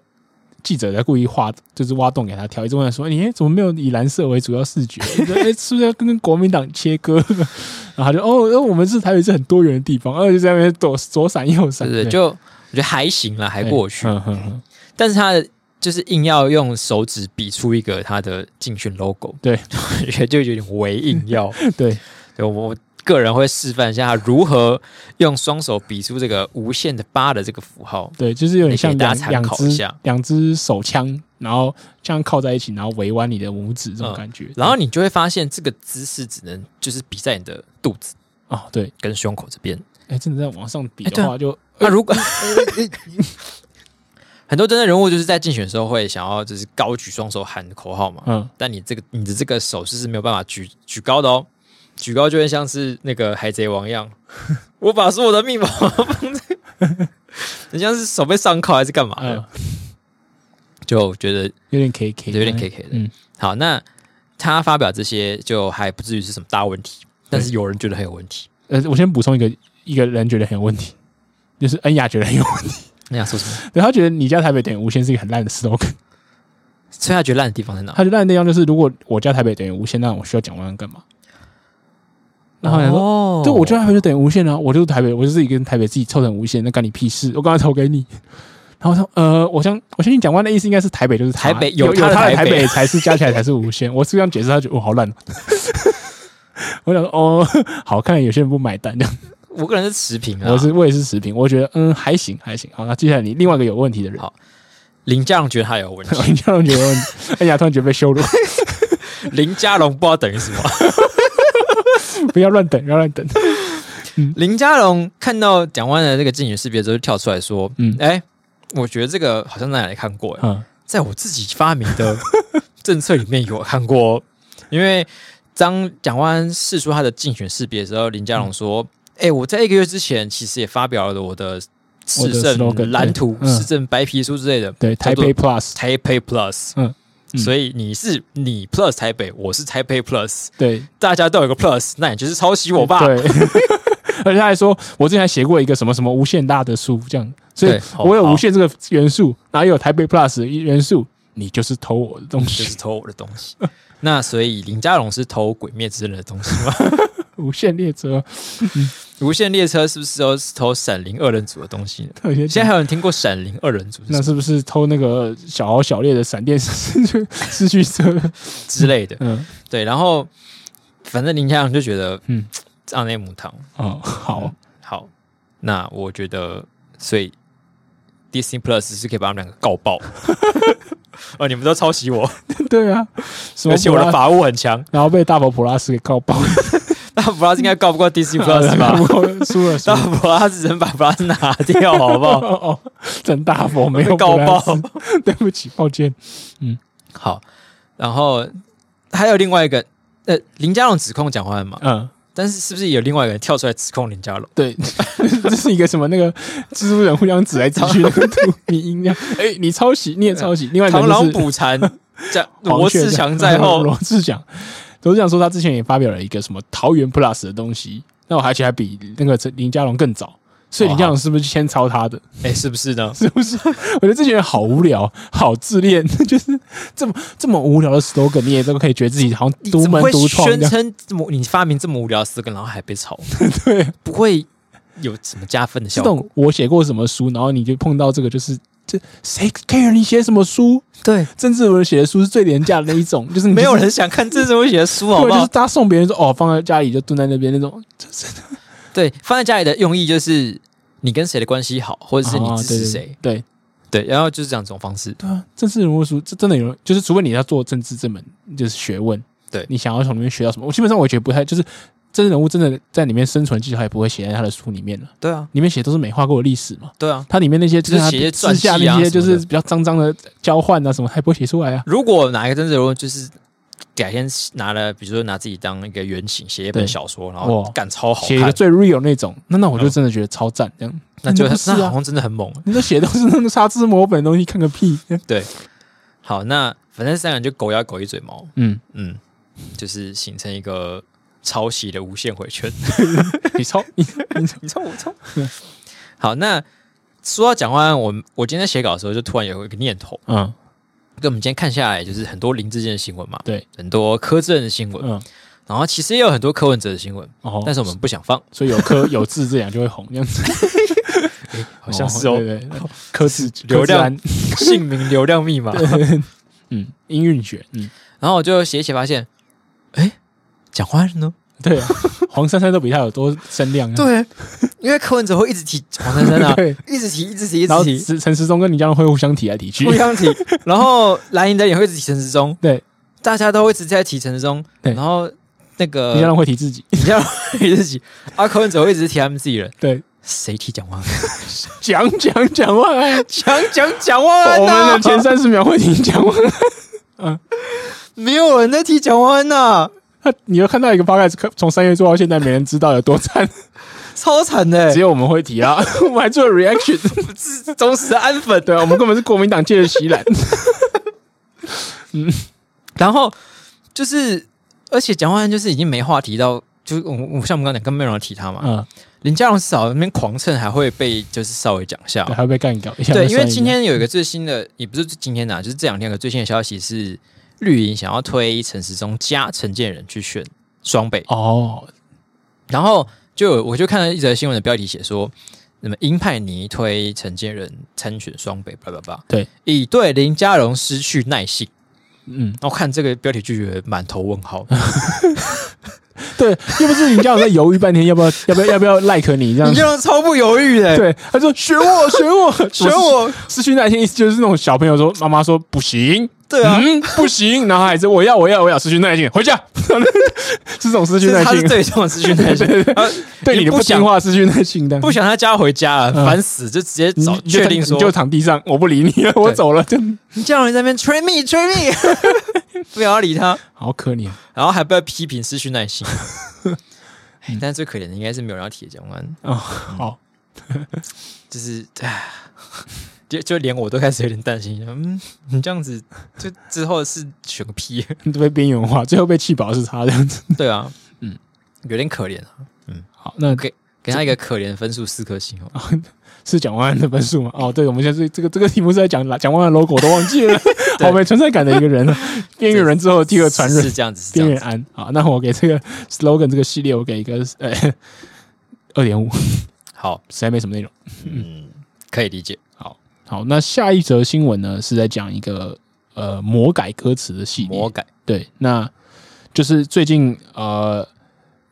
记者在故意画，就是挖洞给他跳，一直问他说，你怎么没有以蓝色为主要视觉？ [LAUGHS] 你说哎，是不是要跟国民党切割？ [LAUGHS] 然后他就哦，呃我们是台北是很多元的地方，然呃后就在那边左左闪右对闪，对，就我觉得还行啦，还对过去。嗯嗯嗯，但是他的就是硬要用手指比出一个他的竞选 logo，对，我觉得 [LAUGHS] 就有点为硬 [LAUGHS] 要。嗯对，对我我个人会示范一下他如何用双手比出这个无限的八的这个符号。对，就是有点像也给大两家参两考一只下两只手枪，然后这样靠在一起，然后围弯你的拇指这种嗯感觉。然后你就会发现，这个姿势只能就是比在你的肚子哦，对，跟胸口这边。哎，真的在往上比哎对的啊话，就那如果 [LAUGHS] 很多真正人物就是在竞选的时候会想要就是高举双手喊口号嘛，嗯，但你这个你的这个手势是没有办法举举高的哦，举高就会像是那个海贼王一样， [LAUGHS] 我把所有的密码放在， [LAUGHS] 你像是手被上铐还是干嘛的，嗯就觉得有点 K K，有点 KK 的嗯，好。那他发表这些就还不至于是什么大问题，但是有人觉得很有问题。呃，我先补充一个，一个人觉得很有问题， [LAUGHS] 就是恩雅觉得很有问题， [LAUGHS] 那想说什么？对他觉得你家台北等于无限是一个很烂的 slogan， [LAUGHS] 所以他觉得烂的地方在哪？他觉得烂的地方就是，如果我家台北等于无限，那我需要蒋万安干嘛？然后我想说，哦对，我觉得台北就等于无限啊，我就是台北，我就是一个人台北自己凑成无限，那干你屁事？我刚才投给你。然后我说，呃，我相我相信蒋万的意思应该是台北就是台他北有有他的他的台台北北才是加起来才是无限。我是这样解释，他觉得我好烂、哦。 [LAUGHS] 我想说，哦， [LAUGHS] 好看，来有些人不买单这样。我个人是持平啊。我是我也是持平，我觉得嗯还行还行。好，那接下来你另外一个有问题的人 [LAUGHS] 好，林家龙觉得他有问题，林家龙觉得有问题，哎呀，突然觉得被羞辱， [LAUGHS] [LAUGHS] 林家龙不知道等于什么。不要乱等，不要乱等。 [LAUGHS] 林家龙看到蒋万的这个竞选识别之后，就跳出来说：“嗯嗯，哎、我觉得这个好像在哪里看过、哎嗯在我自己发明的 [LAUGHS] 政策里面有看过哦。因为当蒋万安试出他的竞选识别的时候，林佳龙嗯说：“哎、我在一个月之前其实也发表了我的市我的政 slogan，蓝图、对嗯市政白皮书之类的对，叫台做北 Plus，台北 Plus。”嗯嗯所以你是你 Plus 台北，我是台北 Plus，对大家都有个 Plus，那你就是抄袭我吧？对， [LAUGHS] 而且他还说，我之前还写过一个什么什么无限大的书，这样，所以对好我有无限这个元素，然后又有台北 Plus 元素，你就是偷我的东就是西，偷我的东西。 [LAUGHS] 那所以林佳龙是偷《鬼灭之刃》的东西吗？ [LAUGHS] 无限列车，无限列车是不是都是偷《闪灵二人组》的东西呢？有些现在还有人听过《闪灵二人组》是 [LAUGHS] 那什么是不是偷那个小豪小烈的闪电失去失去车？ [LAUGHS] 之类的？嗯，对，然后反正林佳龙就觉得，嗯嗯，让内母汤哦， [LAUGHS] 好，好。那我觉得，所以 Disney Plus 是可以把他们两个告爆。 [LAUGHS] 哦，你们都抄袭我，对啊，什么而且我普的拉法务很强，然后被大佛普拉斯给告爆，那普拉斯应该告不过 Disney Plus [LAUGHS] 吧？输了输那 [LAUGHS] 了。普拉斯人把普拉斯拿掉，好不好？哦，真大佛没有被告普拉斯爆， [LAUGHS] 对不起，抱歉。好，然后还有另外一个，呃，林佳龙指控蒋万安嘛，嗯，但是是不是有另外一个人跳出来指控林佳龙？对， [LAUGHS] 这是一个什么那个蜘蛛人互相指来指去的图迷音量。哎，你抄袭，你也抄袭，另外一个螳人就螂是捕蝉， [LAUGHS] 这黄罗雀志这样祥在后 [LAUGHS] 罗志祥，罗志祥说他之前也发表了一个什么桃园 Plus 的东西，那我而且还比那个林佳龙更早。所以林佳龙是不是先抄他的？ [LAUGHS] 哎、是不是呢？是不是？我觉得这些人好无聊，好自恋， [LAUGHS] 就是这么这么无聊的 slogan，你也都可以觉得自己好像你独怎么门会独创宣这样。称这么你发明这么无聊的四个，然后还被炒， [LAUGHS] 对，不会有什么加分的效这果？种我写过什么书，然后你就碰到这个，就是这谁 care 你写什么书？对，郑志文写的书是最廉价的那一种，就是你没有就是人想看这种写的书，好 [LAUGHS] 不对，就是好？他送别人说哦，放在家里就蹲在那边那种，就是对，放在家里的用意就是你跟谁的关系好，或者是你啊支持谁，对对对对，然后就是这样这种方式。对啊，政治人物书这真的有人，就是除非你要做政治这门就是学问，对你想要从里面学到什么，我基本上我觉得不太就是政治人物真的在里面生存技巧也不会写在他的书里面了，对啊，里面写都是美化过的历史嘛，对啊，它里面那些就是它写一些传私记下啊那些就什是么的比较脏脏的交换啊什么，还不会写出来啊。如果哪一个政治人物就是改天拿了，比如说拿自己当一个原型写一本对小说，然后哇干超好写一个看，最 real 那种，那那我就嗯真的觉得超赞，这样那就那那不是啊好像真的很猛。你都写的都是那个沙之魔本的东西，看个屁！对，好，那反正三个人就狗咬狗一嘴毛，嗯，嗯，就是形成一个抄袭的无限回圈。 [LAUGHS] 你超你你抄我抄。好，那说到蒋万安，我我今天在写稿的时候就突然有一个念头，嗯跟我们今天看下来，就是很多林志坚的新闻嘛，对，很多柯震的新闻，嗯然后其实也有很多柯文哲的新闻，哦，但是我们不想放，所以有科有字这样就会红，这样子好像是哦。对对，对科字流量科字姓名、流量密码。安嗯，音韵学，嗯，然后我就写一写，发现，哎，讲话了呢？对啊，黄珊珊都比他有多声量，，对，因为柯文哲会一直提黄珊珊啊嗯 [LAUGHS] 对，一直提，一直提，一然直后提，陈陈时中跟林佳龙会互相提来提去不，想提。然后蓝营的也会一直提陈时中，对，大家都会一直在提陈时中。对然后那个林佳龙会提自己， [LAUGHS] 你这样你自己， [LAUGHS] 啊，柯文哲会一直提他们自己人，对，谁提蒋万安？讲讲讲万安，讲讲蒋万安啊我呐、们的前三十秒会听讲万安。没有人在提蒋万安啊呐、他你又看到一个 p o d 从三月做到现在，没人知道有多惨，超惨的、欸只有我们会提啊，我们还做了 reaction，是忠实的安粉。对啊，我们根本是国民党界的席兰，然后就是，而且蒋万安就是已经没话题到，就是我我像我们刚才跟没有人提他嘛，嗯，林佳龙至少那边狂蹭还会被就是稍微讲一下对，。还会被干掉一下。嗯对，因为今天有一个最新的，也不是今天呐、啊就是这两天有个最新的消息是，绿营想要推陈时中加陈建仁去选双北，哦，然后就有我就看到一则新闻的标题写说，那么鹰派尼推陈建仁参选双北，叭叭叭，对，已对林佳荣失去耐性。嗯，然后看这个标题就觉得满头问号，林对，又不是林佳荣在犹豫半天要 [LAUGHS] 不要要不要要不要 like 你这样子佳。荣超不犹豫的，对，他说选 [LAUGHS] 我，选我，选我，失去耐心，意思就是那种小朋友说妈妈说不行，对啊，嗯，不行，然后还是我要我要我要失 [LAUGHS] 去耐心，回家，是这种失去就是耐他心是，对这种失去耐性，他 [LAUGHS] 对你你的不不听想话失去耐心的，不想他家回家了，嗯烦死，就直接你找你就确定你说就躺地上，我不理你了，我对走了，就林佳荣在那边吹蜜吹蜜， [LAUGHS] 不想要理他，好可怜。然后还被批评失去耐 [LAUGHS] 心。哎但最可怜的应该是没有人要铁江湾，哦，好，就是，唉就就连我都开始有点担心。嗯，你这样子，就之后是选个屁？ [LAUGHS] 都被边缘化，最后被气饱是他这样子。对啊，嗯嗯，有点可怜啊。好，那给给他一个可怜的分数，四颗星哦。啊是蒋万安的分数吗？哦，对，我们现在是这个这个题目是在讲蒋万安的 logo，我都忘记了， [LAUGHS] 对好没存在感的一 [LAUGHS] 个人啊，边缘人之后第二传人是，这样子，是这边样缘子。安。好，那我给这个 slogan 这个系列，我给一个呃 [LAUGHS] 二点五，好，实在没什么内容。嗯，可以理解。好，那下一则新闻呢是在讲一个呃魔改歌词的系列，魔改，对，那就是最近呃，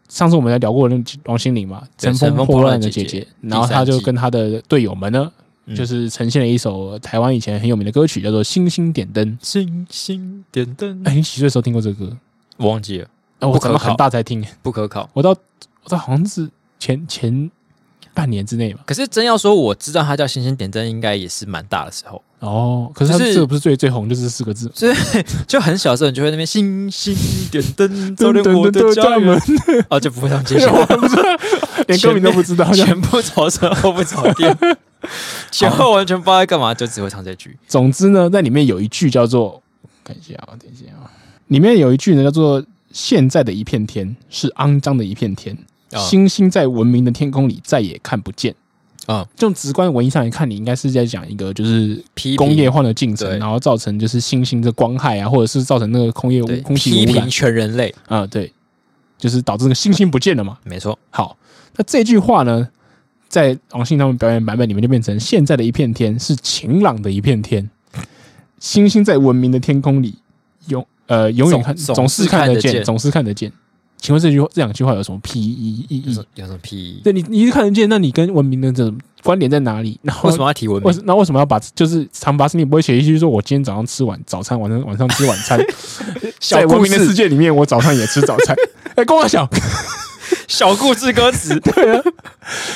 上次我们在聊过那个王心凌嘛，《对乘风乘风破破浪浪的的姐姐姐姐》，然后第她三就季跟她的队友们呢，嗯就是呈现了一首台湾以前很有名的歌曲，叫做《星星点灯》。星星点灯哎，，你几岁的时候听过这个歌？我忘记了，哎，我不可长到很靠大才听，不可考。我到我到好像是前前半年之内吧。可是真要说，我知道他叫星星点灯，应该也是蛮大的时候，哦，可是就它这是个不是最最红，就是四 [LAUGHS] 个字。所以就很小的时候，你就会那边星星点灯，照噔亮我噔的噔家家园门，，哦，就不会让接 [LAUGHS] 下来。连歌名都不知道。前不着村后不着 [LAUGHS] 店，前后完全不知道在干嘛，就只会唱这句。总之呢，在里面有一句叫做，我看一下啊，等一下啊，里面有一句呢叫做“现在的一片天是肮脏的一片天，啊星星在文明的天空里再也看不见”。啊，这种直观的文意上来看，你应该是在讲一个就是批评工业化的进程，对然后造成就是星星的光害啊，或者是造成那个空业对，空批气污染评全人类，啊、对，就是导致那个星星不见了嘛。没错，好，那这句话呢，在王信他们表演版本里面就变成现在的一片天是晴朗的一片天，星星在文明的天空里永呃永远总看总总是是看看得得见，见总是看得见。请问这句话这两句话有什么 P 义意有义什？有什么屁？嗯对你你是看得见，那你跟文明的这种关联在哪里？然后为什么要提文为明？什那为什么要把就是长发森林不会写一句说我今天早上吃晚早餐，晚上晚上吃晚餐，在文明的世界里面，我早上也吃早餐。 [LAUGHS] 哎、跟我讲，小故事歌 [LAUGHS] 词，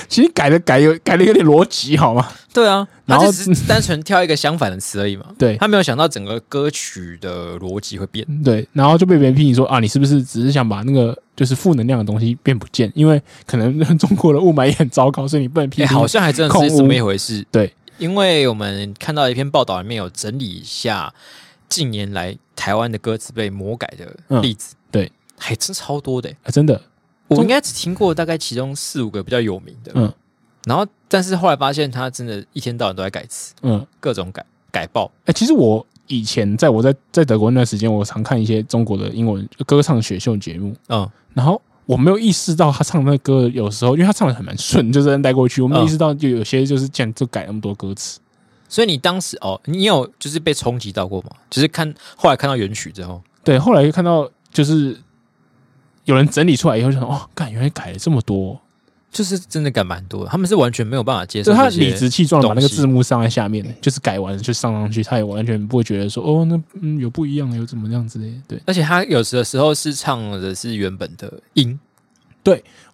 其实改的改有改的有点逻辑好吗？对啊，然他就后只是单纯挑一个相反的词而已嘛。对他没有想到整个歌曲的逻辑会变。对，然后就被别人批评说啊，你是不是只是想把那个就是负能量的东西变不见？因为可能中国的雾霾也很糟糕，所以你不能批哎，评。好像还真的空是屋这么一回事。对，因为我们看到一篇报道，里面有整理一下近年来台湾的歌词被魔改的嗯例子。对，还真超多的欸。啊真的，我中应该只听过大概其中四五个比较有名的，嗯然后但是后来发现他真的一天到晚都在改词，嗯，各种改改爆，哎、其实我以前在我在在德国那段时间，我常看一些中国的英文歌唱选秀节目，嗯，然后我没有意识到他唱那歌有时候，因为他唱的还蛮顺，就这样带过去，我没嗯有意识到就有些就是这样就改那么多歌词。所以你当时哦，你有就是被冲击到过吗？就是看后来看到原曲之后，对，后来就看到就是有人整理出来以后，就想哦，干原来改了这么多、就是真的改蛮多的，他们是完全没有办法接受就他这理些，直气壮地把那个东西字幕上在下面，就是改完就上上去，他也完全不会觉得说哦，那嗯有不一样的，有怎么样之类的。对，而且他有的时候是唱的是原本的音，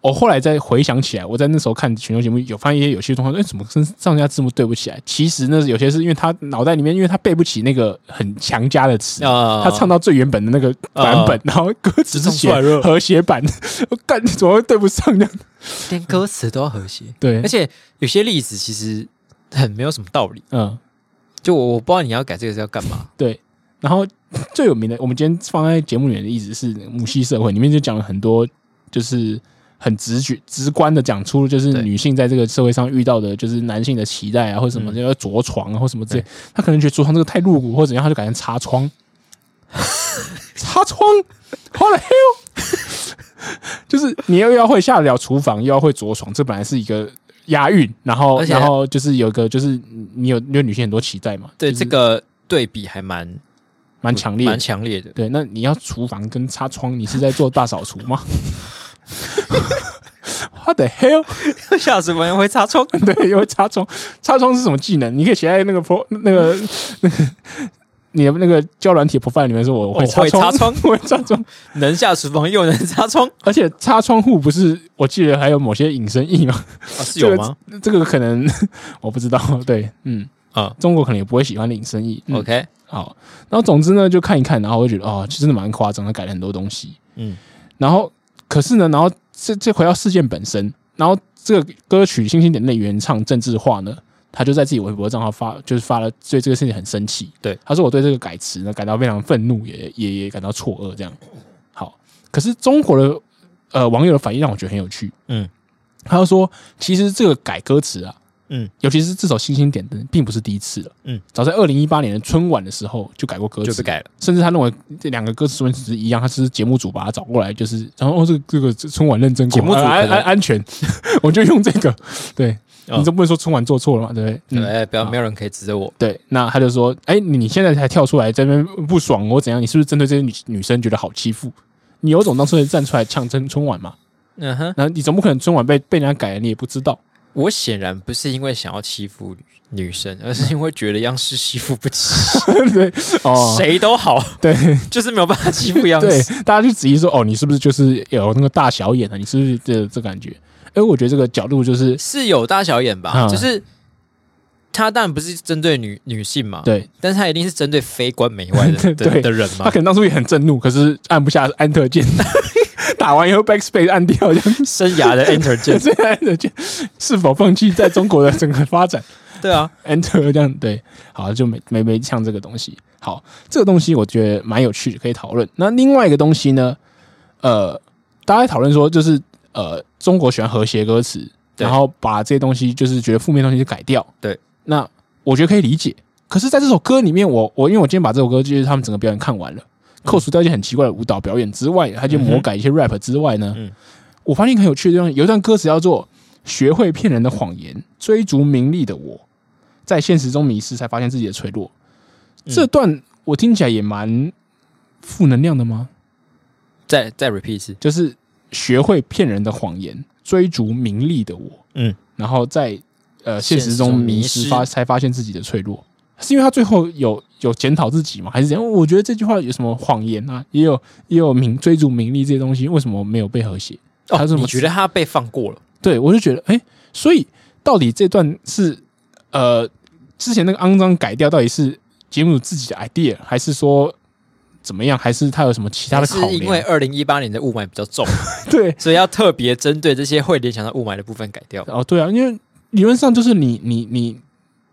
我后来再回想起来，我在那时候看选秀节目，有发现一些有些状况，哎，怎么跟上下字幕对不起来？其实呢，有些是因为他脑袋里面，因为他背不起那个很强加的词。啊，他唱到最原本的那个版本，然后歌词是直写冲出来了和谐版， [LAUGHS] 我干怎么会对不上呢？连歌词都要和谐，对而，且有些例子其实很没有什么道理，嗯，就我我不知道你要改这个是要干嘛，对，然后最有名的，我们今天放在节目里面的意思是母系社会，里面就讲了很多，就是很直觉、直观的讲出，就是对女性在这个社会上遇到的，就是男性的期待啊，或者什么嗯就要着床啊，或什么之类对。他可能觉得着床这个太露骨，或者怎样，他就 [LAUGHS] 改成擦窗，擦窗，好了 hell。 [LAUGHS] 就是你又要会下得了厨房，又要会着床，这本来是一个押韵，然后而且然后就是有一个就是你有你有女性很多期待嘛，对就是这个对比还蛮蛮强烈的蛮，强烈的。对，那你要厨房跟擦窗，你是在做大扫除吗 [LAUGHS] ？What the hell？ [LAUGHS] 下次我也会擦窗，对，因为擦窗，擦窗是什么技能？你可以写在那个 pro 那个那个你的那个胶软体 profile 里面说我我会擦会擦窗，窗，我会擦窗，能下厨房又能擦窗， [LAUGHS] 而且擦窗户不是我记得还有某些隐身意吗？啊、是有吗？这个可能 [LAUGHS] 我不知道，对，嗯啊哦中国可能也不会喜欢的隐身意。嗯、 ？OK，好，然后总之呢，就看一看，然后我就觉得哦，其实真的蛮夸张的，改了很多东西。嗯，然后可是呢，然后这这回到事件本身，然后这个歌曲《星星点点》的原唱郑智化呢，他就在自己微博账号发，就是发了对这个事情很生气。对，他说我对这个改词呢感到非常愤怒，也也也感到错愕。这样，好，可是中国的呃网友的反应让我觉得很有趣。嗯，他就说其实这个改歌词啊。嗯，尤其是这首《星星点灯》并不是第一次了。嗯，早在二零一八年的春晚的时候就改过歌就词不，改了。甚至他认为这两个歌词说明只是一样，他只是节目组把他找过来，就是然后、哦、这个这个春晚认真过，节目组啊可安能安安全， [LAUGHS] 我就用这个。对，哦你总不能说春晚做错了嘛，对不对？对，嗯、哎不要，好没有人可以指责我。对。那他就说，哎、你你现在才跳出来这边不爽我怎样？你是不是针对这些女女生觉得好欺负？你有种当初也站出来呛春春晚嘛？嗯哼，然后你总不可能春晚被被人家改了，你也不知道。我显然不是因为想要欺负女女生，而是因为觉得央视欺负不 [LAUGHS] 起，对，[LAUGHS] 哦，谁都好， [LAUGHS] 对， [LAUGHS] 就是没有办法欺负央对视。，大家就质疑说，哦，你是不是就是有那个大小眼啊？你是不是这这感觉？哎、我觉得这个角度就是是有大小眼吧？嗯就是他当然不是针对女女性嘛，，对，但是他一定是针对非关美外的的 [LAUGHS] 对的人他嘛可，能当初也很震怒，可是按不下按特键， [LAUGHS] 打完以后 backspace 按掉，这样生涯 [LAUGHS] 的 enter [LAUGHS] 键，这按特键是否放弃在中国的整个发展对啊， enter 这样对，好就没没没像这个东西。好，这个东西我觉得蛮有趣的，可以讨论。那另外一个东西呢，呃，大家在讨论说就是呃，中国喜欢和谐歌词，对然后把这些东西就是觉得负面的东西就改掉。对，那我觉得可以理解。可是，在这首歌里面，我我因为我今天把这首歌就是他们整个表演看完了，嗯扣除掉一些很奇怪的舞蹈表演之外，他就魔改一些 rap 之外呢，嗯我发现一个很有趣的地方，有一段歌词叫做“学会骗人的谎言，追逐名利的我，在现实中迷失，才发现自己的脆弱”嗯这段我听起来也蛮负能量的吗？再再 repeat 一次，就是学会骗人的谎言，追逐名利的我，嗯，然后在呃现实现实中中迷迷失失发，才发现自己的脆弱。是因为他最后有有检讨自己吗？还是怎样？我觉得这句话有什么谎言啊，也有也有名追逐名利这些东西，为什么没有被和谐？哦他，是你我觉得他被放过了？对我就觉得，哎、所以到底这段是呃之前那个肮脏改掉，到底是节目组自己的 idea，还是说怎么样？还是他有什么其他的考是因为量？ [LAUGHS] 二零一八年的雾霾比较重，对，所以要特别针对这些会联想到雾霾的部分改掉。哦，对啊，因为理论上就是你你你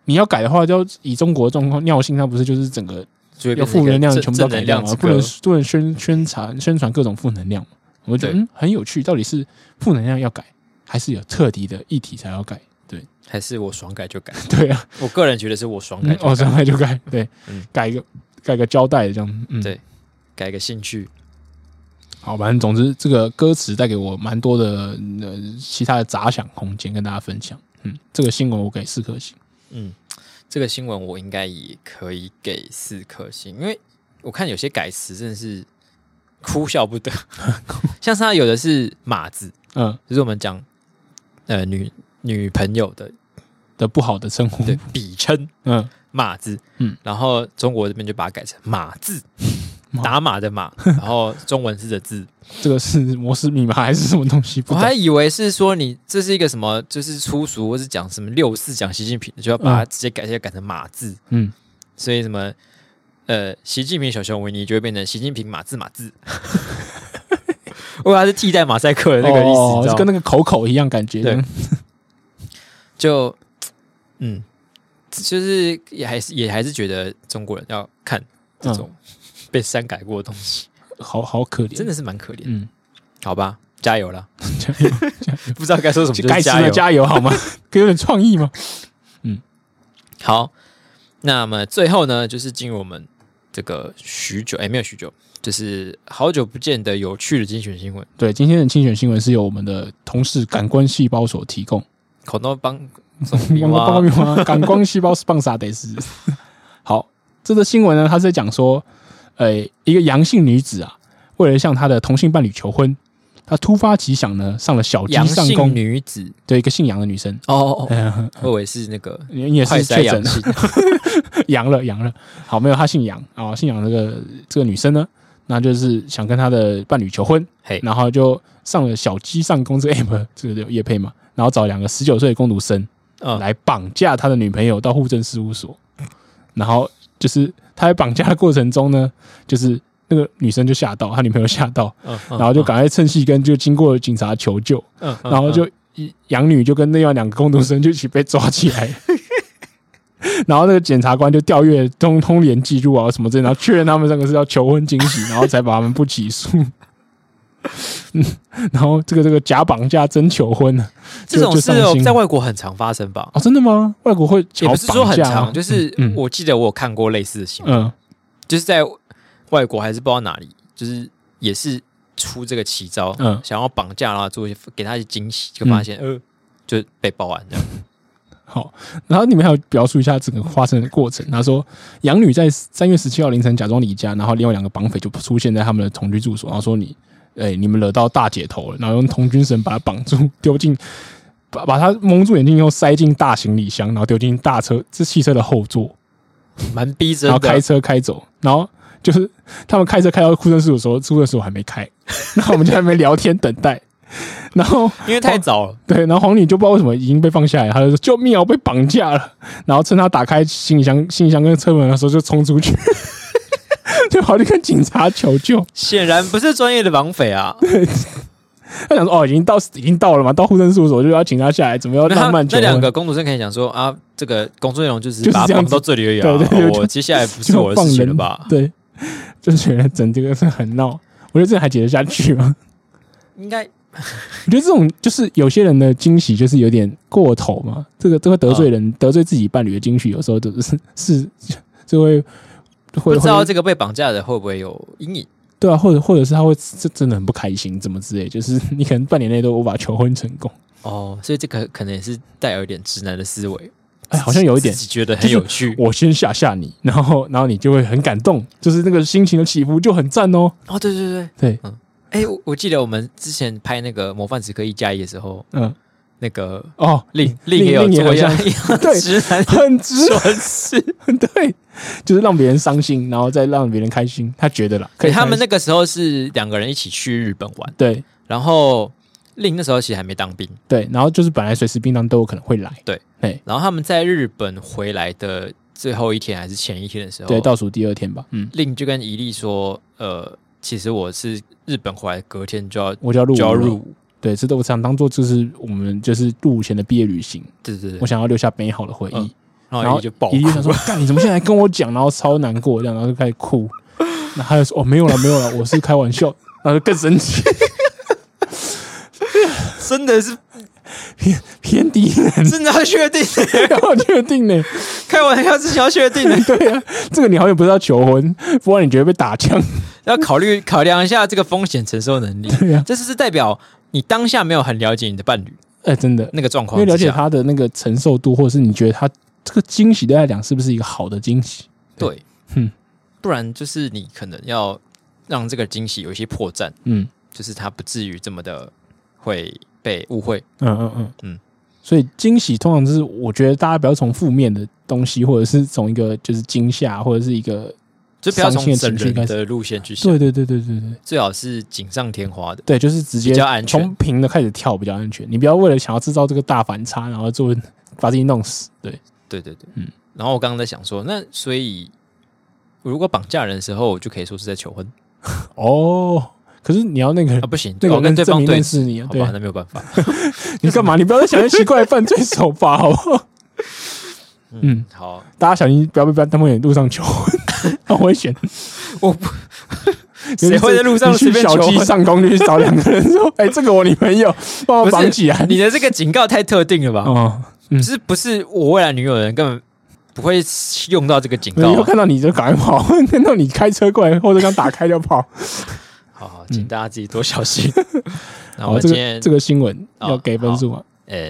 你要改的话，就要以中国的状况尿性，它不是就是整个就会变成一要负个能量正全部都正改能掉量嘛，之不歌能不能宣宣传宣传各种负能量嘛。我觉得对嗯很有趣，到底是负能量要改，还是有特敌的议题才要改？ [LAUGHS] 还是我爽改就改。对啊，我个人觉得是我爽改嗯就改，哦，上来就改，对嗯， [LAUGHS] 改一个改个胶带这样，嗯，对改个兴趣。好，反正总之这个歌词带给我蛮多的呃其他的杂想空间跟大家分享。嗯，这个新闻我给四颗星。嗯，这个新闻我应该也可以给四颗星，因为我看有些改词真的是哭笑 [LAUGHS] 不得，像是他有的是马字，嗯就是我们讲呃女女朋友的的不好的称呼，对比称嗯，马字，嗯，然后中国这边就把它改成马字马。打码的 [LAUGHS] 马，然后中文字的字，这个是摩斯密码还是什么东西？我不懂还以为是说你这是一个什么，就是粗俗或是讲什么六四讲习近平，就要把它直接改，直接改成马字，嗯，所以什么呃，习近平小熊维尼就会变成习近平马字马字。 [LAUGHS] 我以为它是替代马赛克的那个意思，哦你知道跟吗那个口口一样感觉。对就嗯，就是也还是也还是觉得中国人要看这种被删改过的东 [LAUGHS] 西，好好可嗯怜，真的是蛮可怜。嗯，好吧， [LAUGHS] 加油啦！不知道该说什么，就该是吃加的油。加油好 [LAUGHS] 吗？给有点创意吗？好，那么最后呢，就是进入我们这个许久哎、没有许久，就是好久不见的有趣的精选新闻，对，今天的竞选新闻是由我们的同事感官细胞所提供。口头帮送 [LAUGHS] 你光光 [LAUGHS] 哇光，光感光细胞是棒啥 [LAUGHS] 得是。好，这则新闻呢，它是在讲说，呃，一个阳性女子啊，为了向她的同性伴侣求婚，她突发奇想呢，上了小鸡阳上性弓，女子对一个姓杨的女生，哦哦，哦呃、我以为是那个 [LAUGHS] 你你也快是筛确诊阳 [LAUGHS] 性，阳了阳了。好，没有，她姓杨啊、姓杨这个这个女生呢，那就是想跟她的伴侣求婚，嘿，然后就上了小鸡上弓这个 app，这 [LAUGHS] 个叶配嘛，然后找两个十九岁的工读生。嗯，来绑架他的女朋友到户政事务所，然后就是他在绑架的过程中呢，就是那个女生就吓到，他女朋友吓到，嗯，然后就赶快趁隙跟就经过警察求救，嗯，嗯，嗯然后就一养女就跟另外两个工读生就一起被抓起来。 [LAUGHS] 然后那个检察官就调阅通通联记录啊什么之类，然后确认他们三个是要求婚惊 [LAUGHS] 喜，然后才把他们不起诉。 [LAUGHS] 嗯，然后这个这个假绑架真求婚呢？这种就事就上哦心在外国很常发生吧？哦，真的吗？外国会也不是说很假吗常，就是嗯嗯我记得我有看过类似的新闻，嗯，就是在外国还是不知道哪里，就是也是出这个奇招，嗯想要绑架然后做一些给他一些惊喜，就发现、呃就被报案这样。好，然后你们还有描述一下整个发生的过程。他说，养女在三月十七号凌晨假装离家，然后另外两个绑匪就出现在他们的同居住所，然后说你，哎、你们惹到大姐头了，然后用童军绳把她绑住，丢进，把把她蒙住眼睛以后塞进大行李箱，然后丢进大车，这汽车的后座，蛮逼真然后开的，车开走，然后就是他们开车开到库存事务所，库存事务所还没开，然后我们就在那边聊天等待，然后因为太早了， [LAUGHS] 对，然后黄女就不知道为什么已经被放下来，她就说：“救命啊，我被绑架了！”然后趁她打开行李箱、行李箱跟车门的时候，就冲出去， [LAUGHS] 就跑去跟警察求救。显然不是专业的绑匪啊。她想说：“哦，已经到，已经到了嘛，到户政事务所就要请她下来，准备要那他哦浪漫求那两婚。个公主生可以讲说啊，这个工作内容就就是是把他这样绑子到这里而已啊。对对对我就接下来不是我的事情了吧”？对， [LAUGHS] 就觉得整这个是很闹。我觉得这还解得下去吗？应该我觉得这种就是有些人的惊喜就是有点过头嘛，这个都会得嗯罪人，得罪自己伴侣的惊喜，有时候就是是就会不会知会道这个被绑架的会不会有阴影。对啊，或者或者是他会这真的很不开心，怎么之类，就是 [LAUGHS] 你可能半年内都无法求婚成功。哦，所以这个可能也是带有一点直男的思维，哎，好像有一点自，己觉得很有趣。我先吓吓你，然后然后你就会很感动，就是那个心情的起伏就很赞哦。哦，对对对，对，哎、我我记得我们之前拍那个《模范时刻一加一》的时候，嗯，那个哦，令令令也有令也做好一样像一 [LAUGHS] 样对直男的很值，蠢事。 [LAUGHS] 对，就是让别人伤心，然后再让别人开心，他觉得啦， [LAUGHS] 可可以是哎他们开那个时候是两个人一起去日本玩，对然后令那时候其实还没当兵，对，然后就是本来随时槟榔都有可能会来，然后他们在日本回来的最后一天还是前一天的时候，对，倒数第二天吧，嗯，令就跟伊利说，呃，其实我是日本回来隔天就要我就要入伍就要了入，伍，对，这都我想当做就是我们就是入伍前的毕业旅行，对对我对，想要留下美好的回忆。嗯然然后伊后利就爆一定哭想 [LAUGHS] 说，：“干，你怎么现在跟我讲？”然后超难过，这样，然后就开始哭。然后他就说：“哦，没有了，没有了，我是开玩 [LAUGHS] 笑。”然后就更生气， [LAUGHS] 真的是 [LAUGHS] 偏敌人，真的要确定，要确定呢。开玩笑之前要确 [LAUGHS] 定的。对啊，这个你好像不是要求婚，不然你觉得被打枪。要考虑考量一下这个风险承受能力。对啊，这是代表你当下没有很了解你的伴侣哎、真的，那个状因况为之下，了解他的那个承受度，或者是你觉得他这个惊喜对他来讲是不是一个好的惊喜？对，嗯不然就是你可能要让这个惊喜有一些破绽，嗯就是他不至于这么的会被误会。嗯嗯嗯嗯嗯。所以惊喜通常就是，我觉得大家不要从负面的东西，或者是从一个就是惊吓，或者是一个就不要伤从心的整情绪人开始的路线去想，对对对对对对。最好是锦上添花的。对，就是直接比较安全从平的开始跳比较安全。你不要为了想要制造这个大反差，然后做把自己弄死。对，对对对，嗯。然后我刚刚在想说，那所以我如果绑架人的时候，我就可以说是在求婚哦，可是你要那个啊，不行，那我要个跟人对证方明对认峙，识你啊，好对吧，啊，那没有办 [LAUGHS] 法。你干嘛？你不要再想些奇怪的犯罪手法，好不 [LAUGHS] 好？嗯，好，大家小心，不要被不要他们也路上求婚，很危险。我不，谁会在路上你去随便小求鸡婚？上公去找两个人说：“ [LAUGHS] 哎，这个我女朋友，帮我不是绑起来。你的这个警告太特定了”吧？哦，嗯就是不是我未来女友的人根本不会用到这个警没告有以后啊。看到你就赶快跑， [LAUGHS] 看到你开车过来，或者刚打开就 [LAUGHS] 跑。好好，请大家自己多小心。 [LAUGHS] 那我嗯好，们哦这今个天这个新闻哦要给分数啊，呃，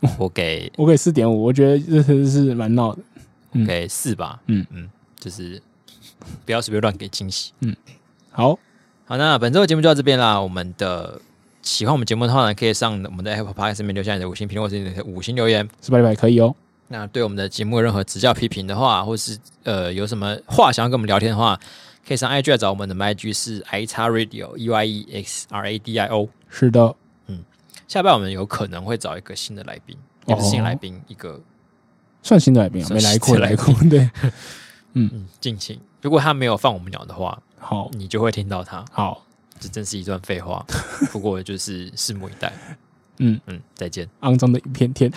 哦我给我给四点五，我觉得这是是蛮闹的。嗯给四吧。嗯嗯，就是不要随便乱给惊喜。嗯好，好，那本周的节目就到这边啦。我们的喜欢我们节目的话呢，可以上我们的 Apple Podcast 上面留下你的五星评论或是你的五星留言。是拜拜可以哦。那对我们的节目有任何指教、批评的话，或是呃有什么话想要跟我们聊天的话，可以上 IG 来找我们的 IG 是 i x radio e y e x r a d i o。是的，下半我们有可能会找一个新的来宾，也不是哦新的来宾，一个算新的来宾啊，算没来过新的来来宾过。对，嗯敬请。如果他没有放我们鸟的话，好你就会听到他。好，这真是一段废话，不过就是拭目以待。嗯嗯，再见。 [LAUGHS] 肮脏的一片天，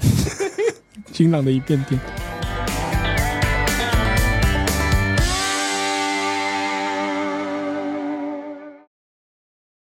晴朗的一片天。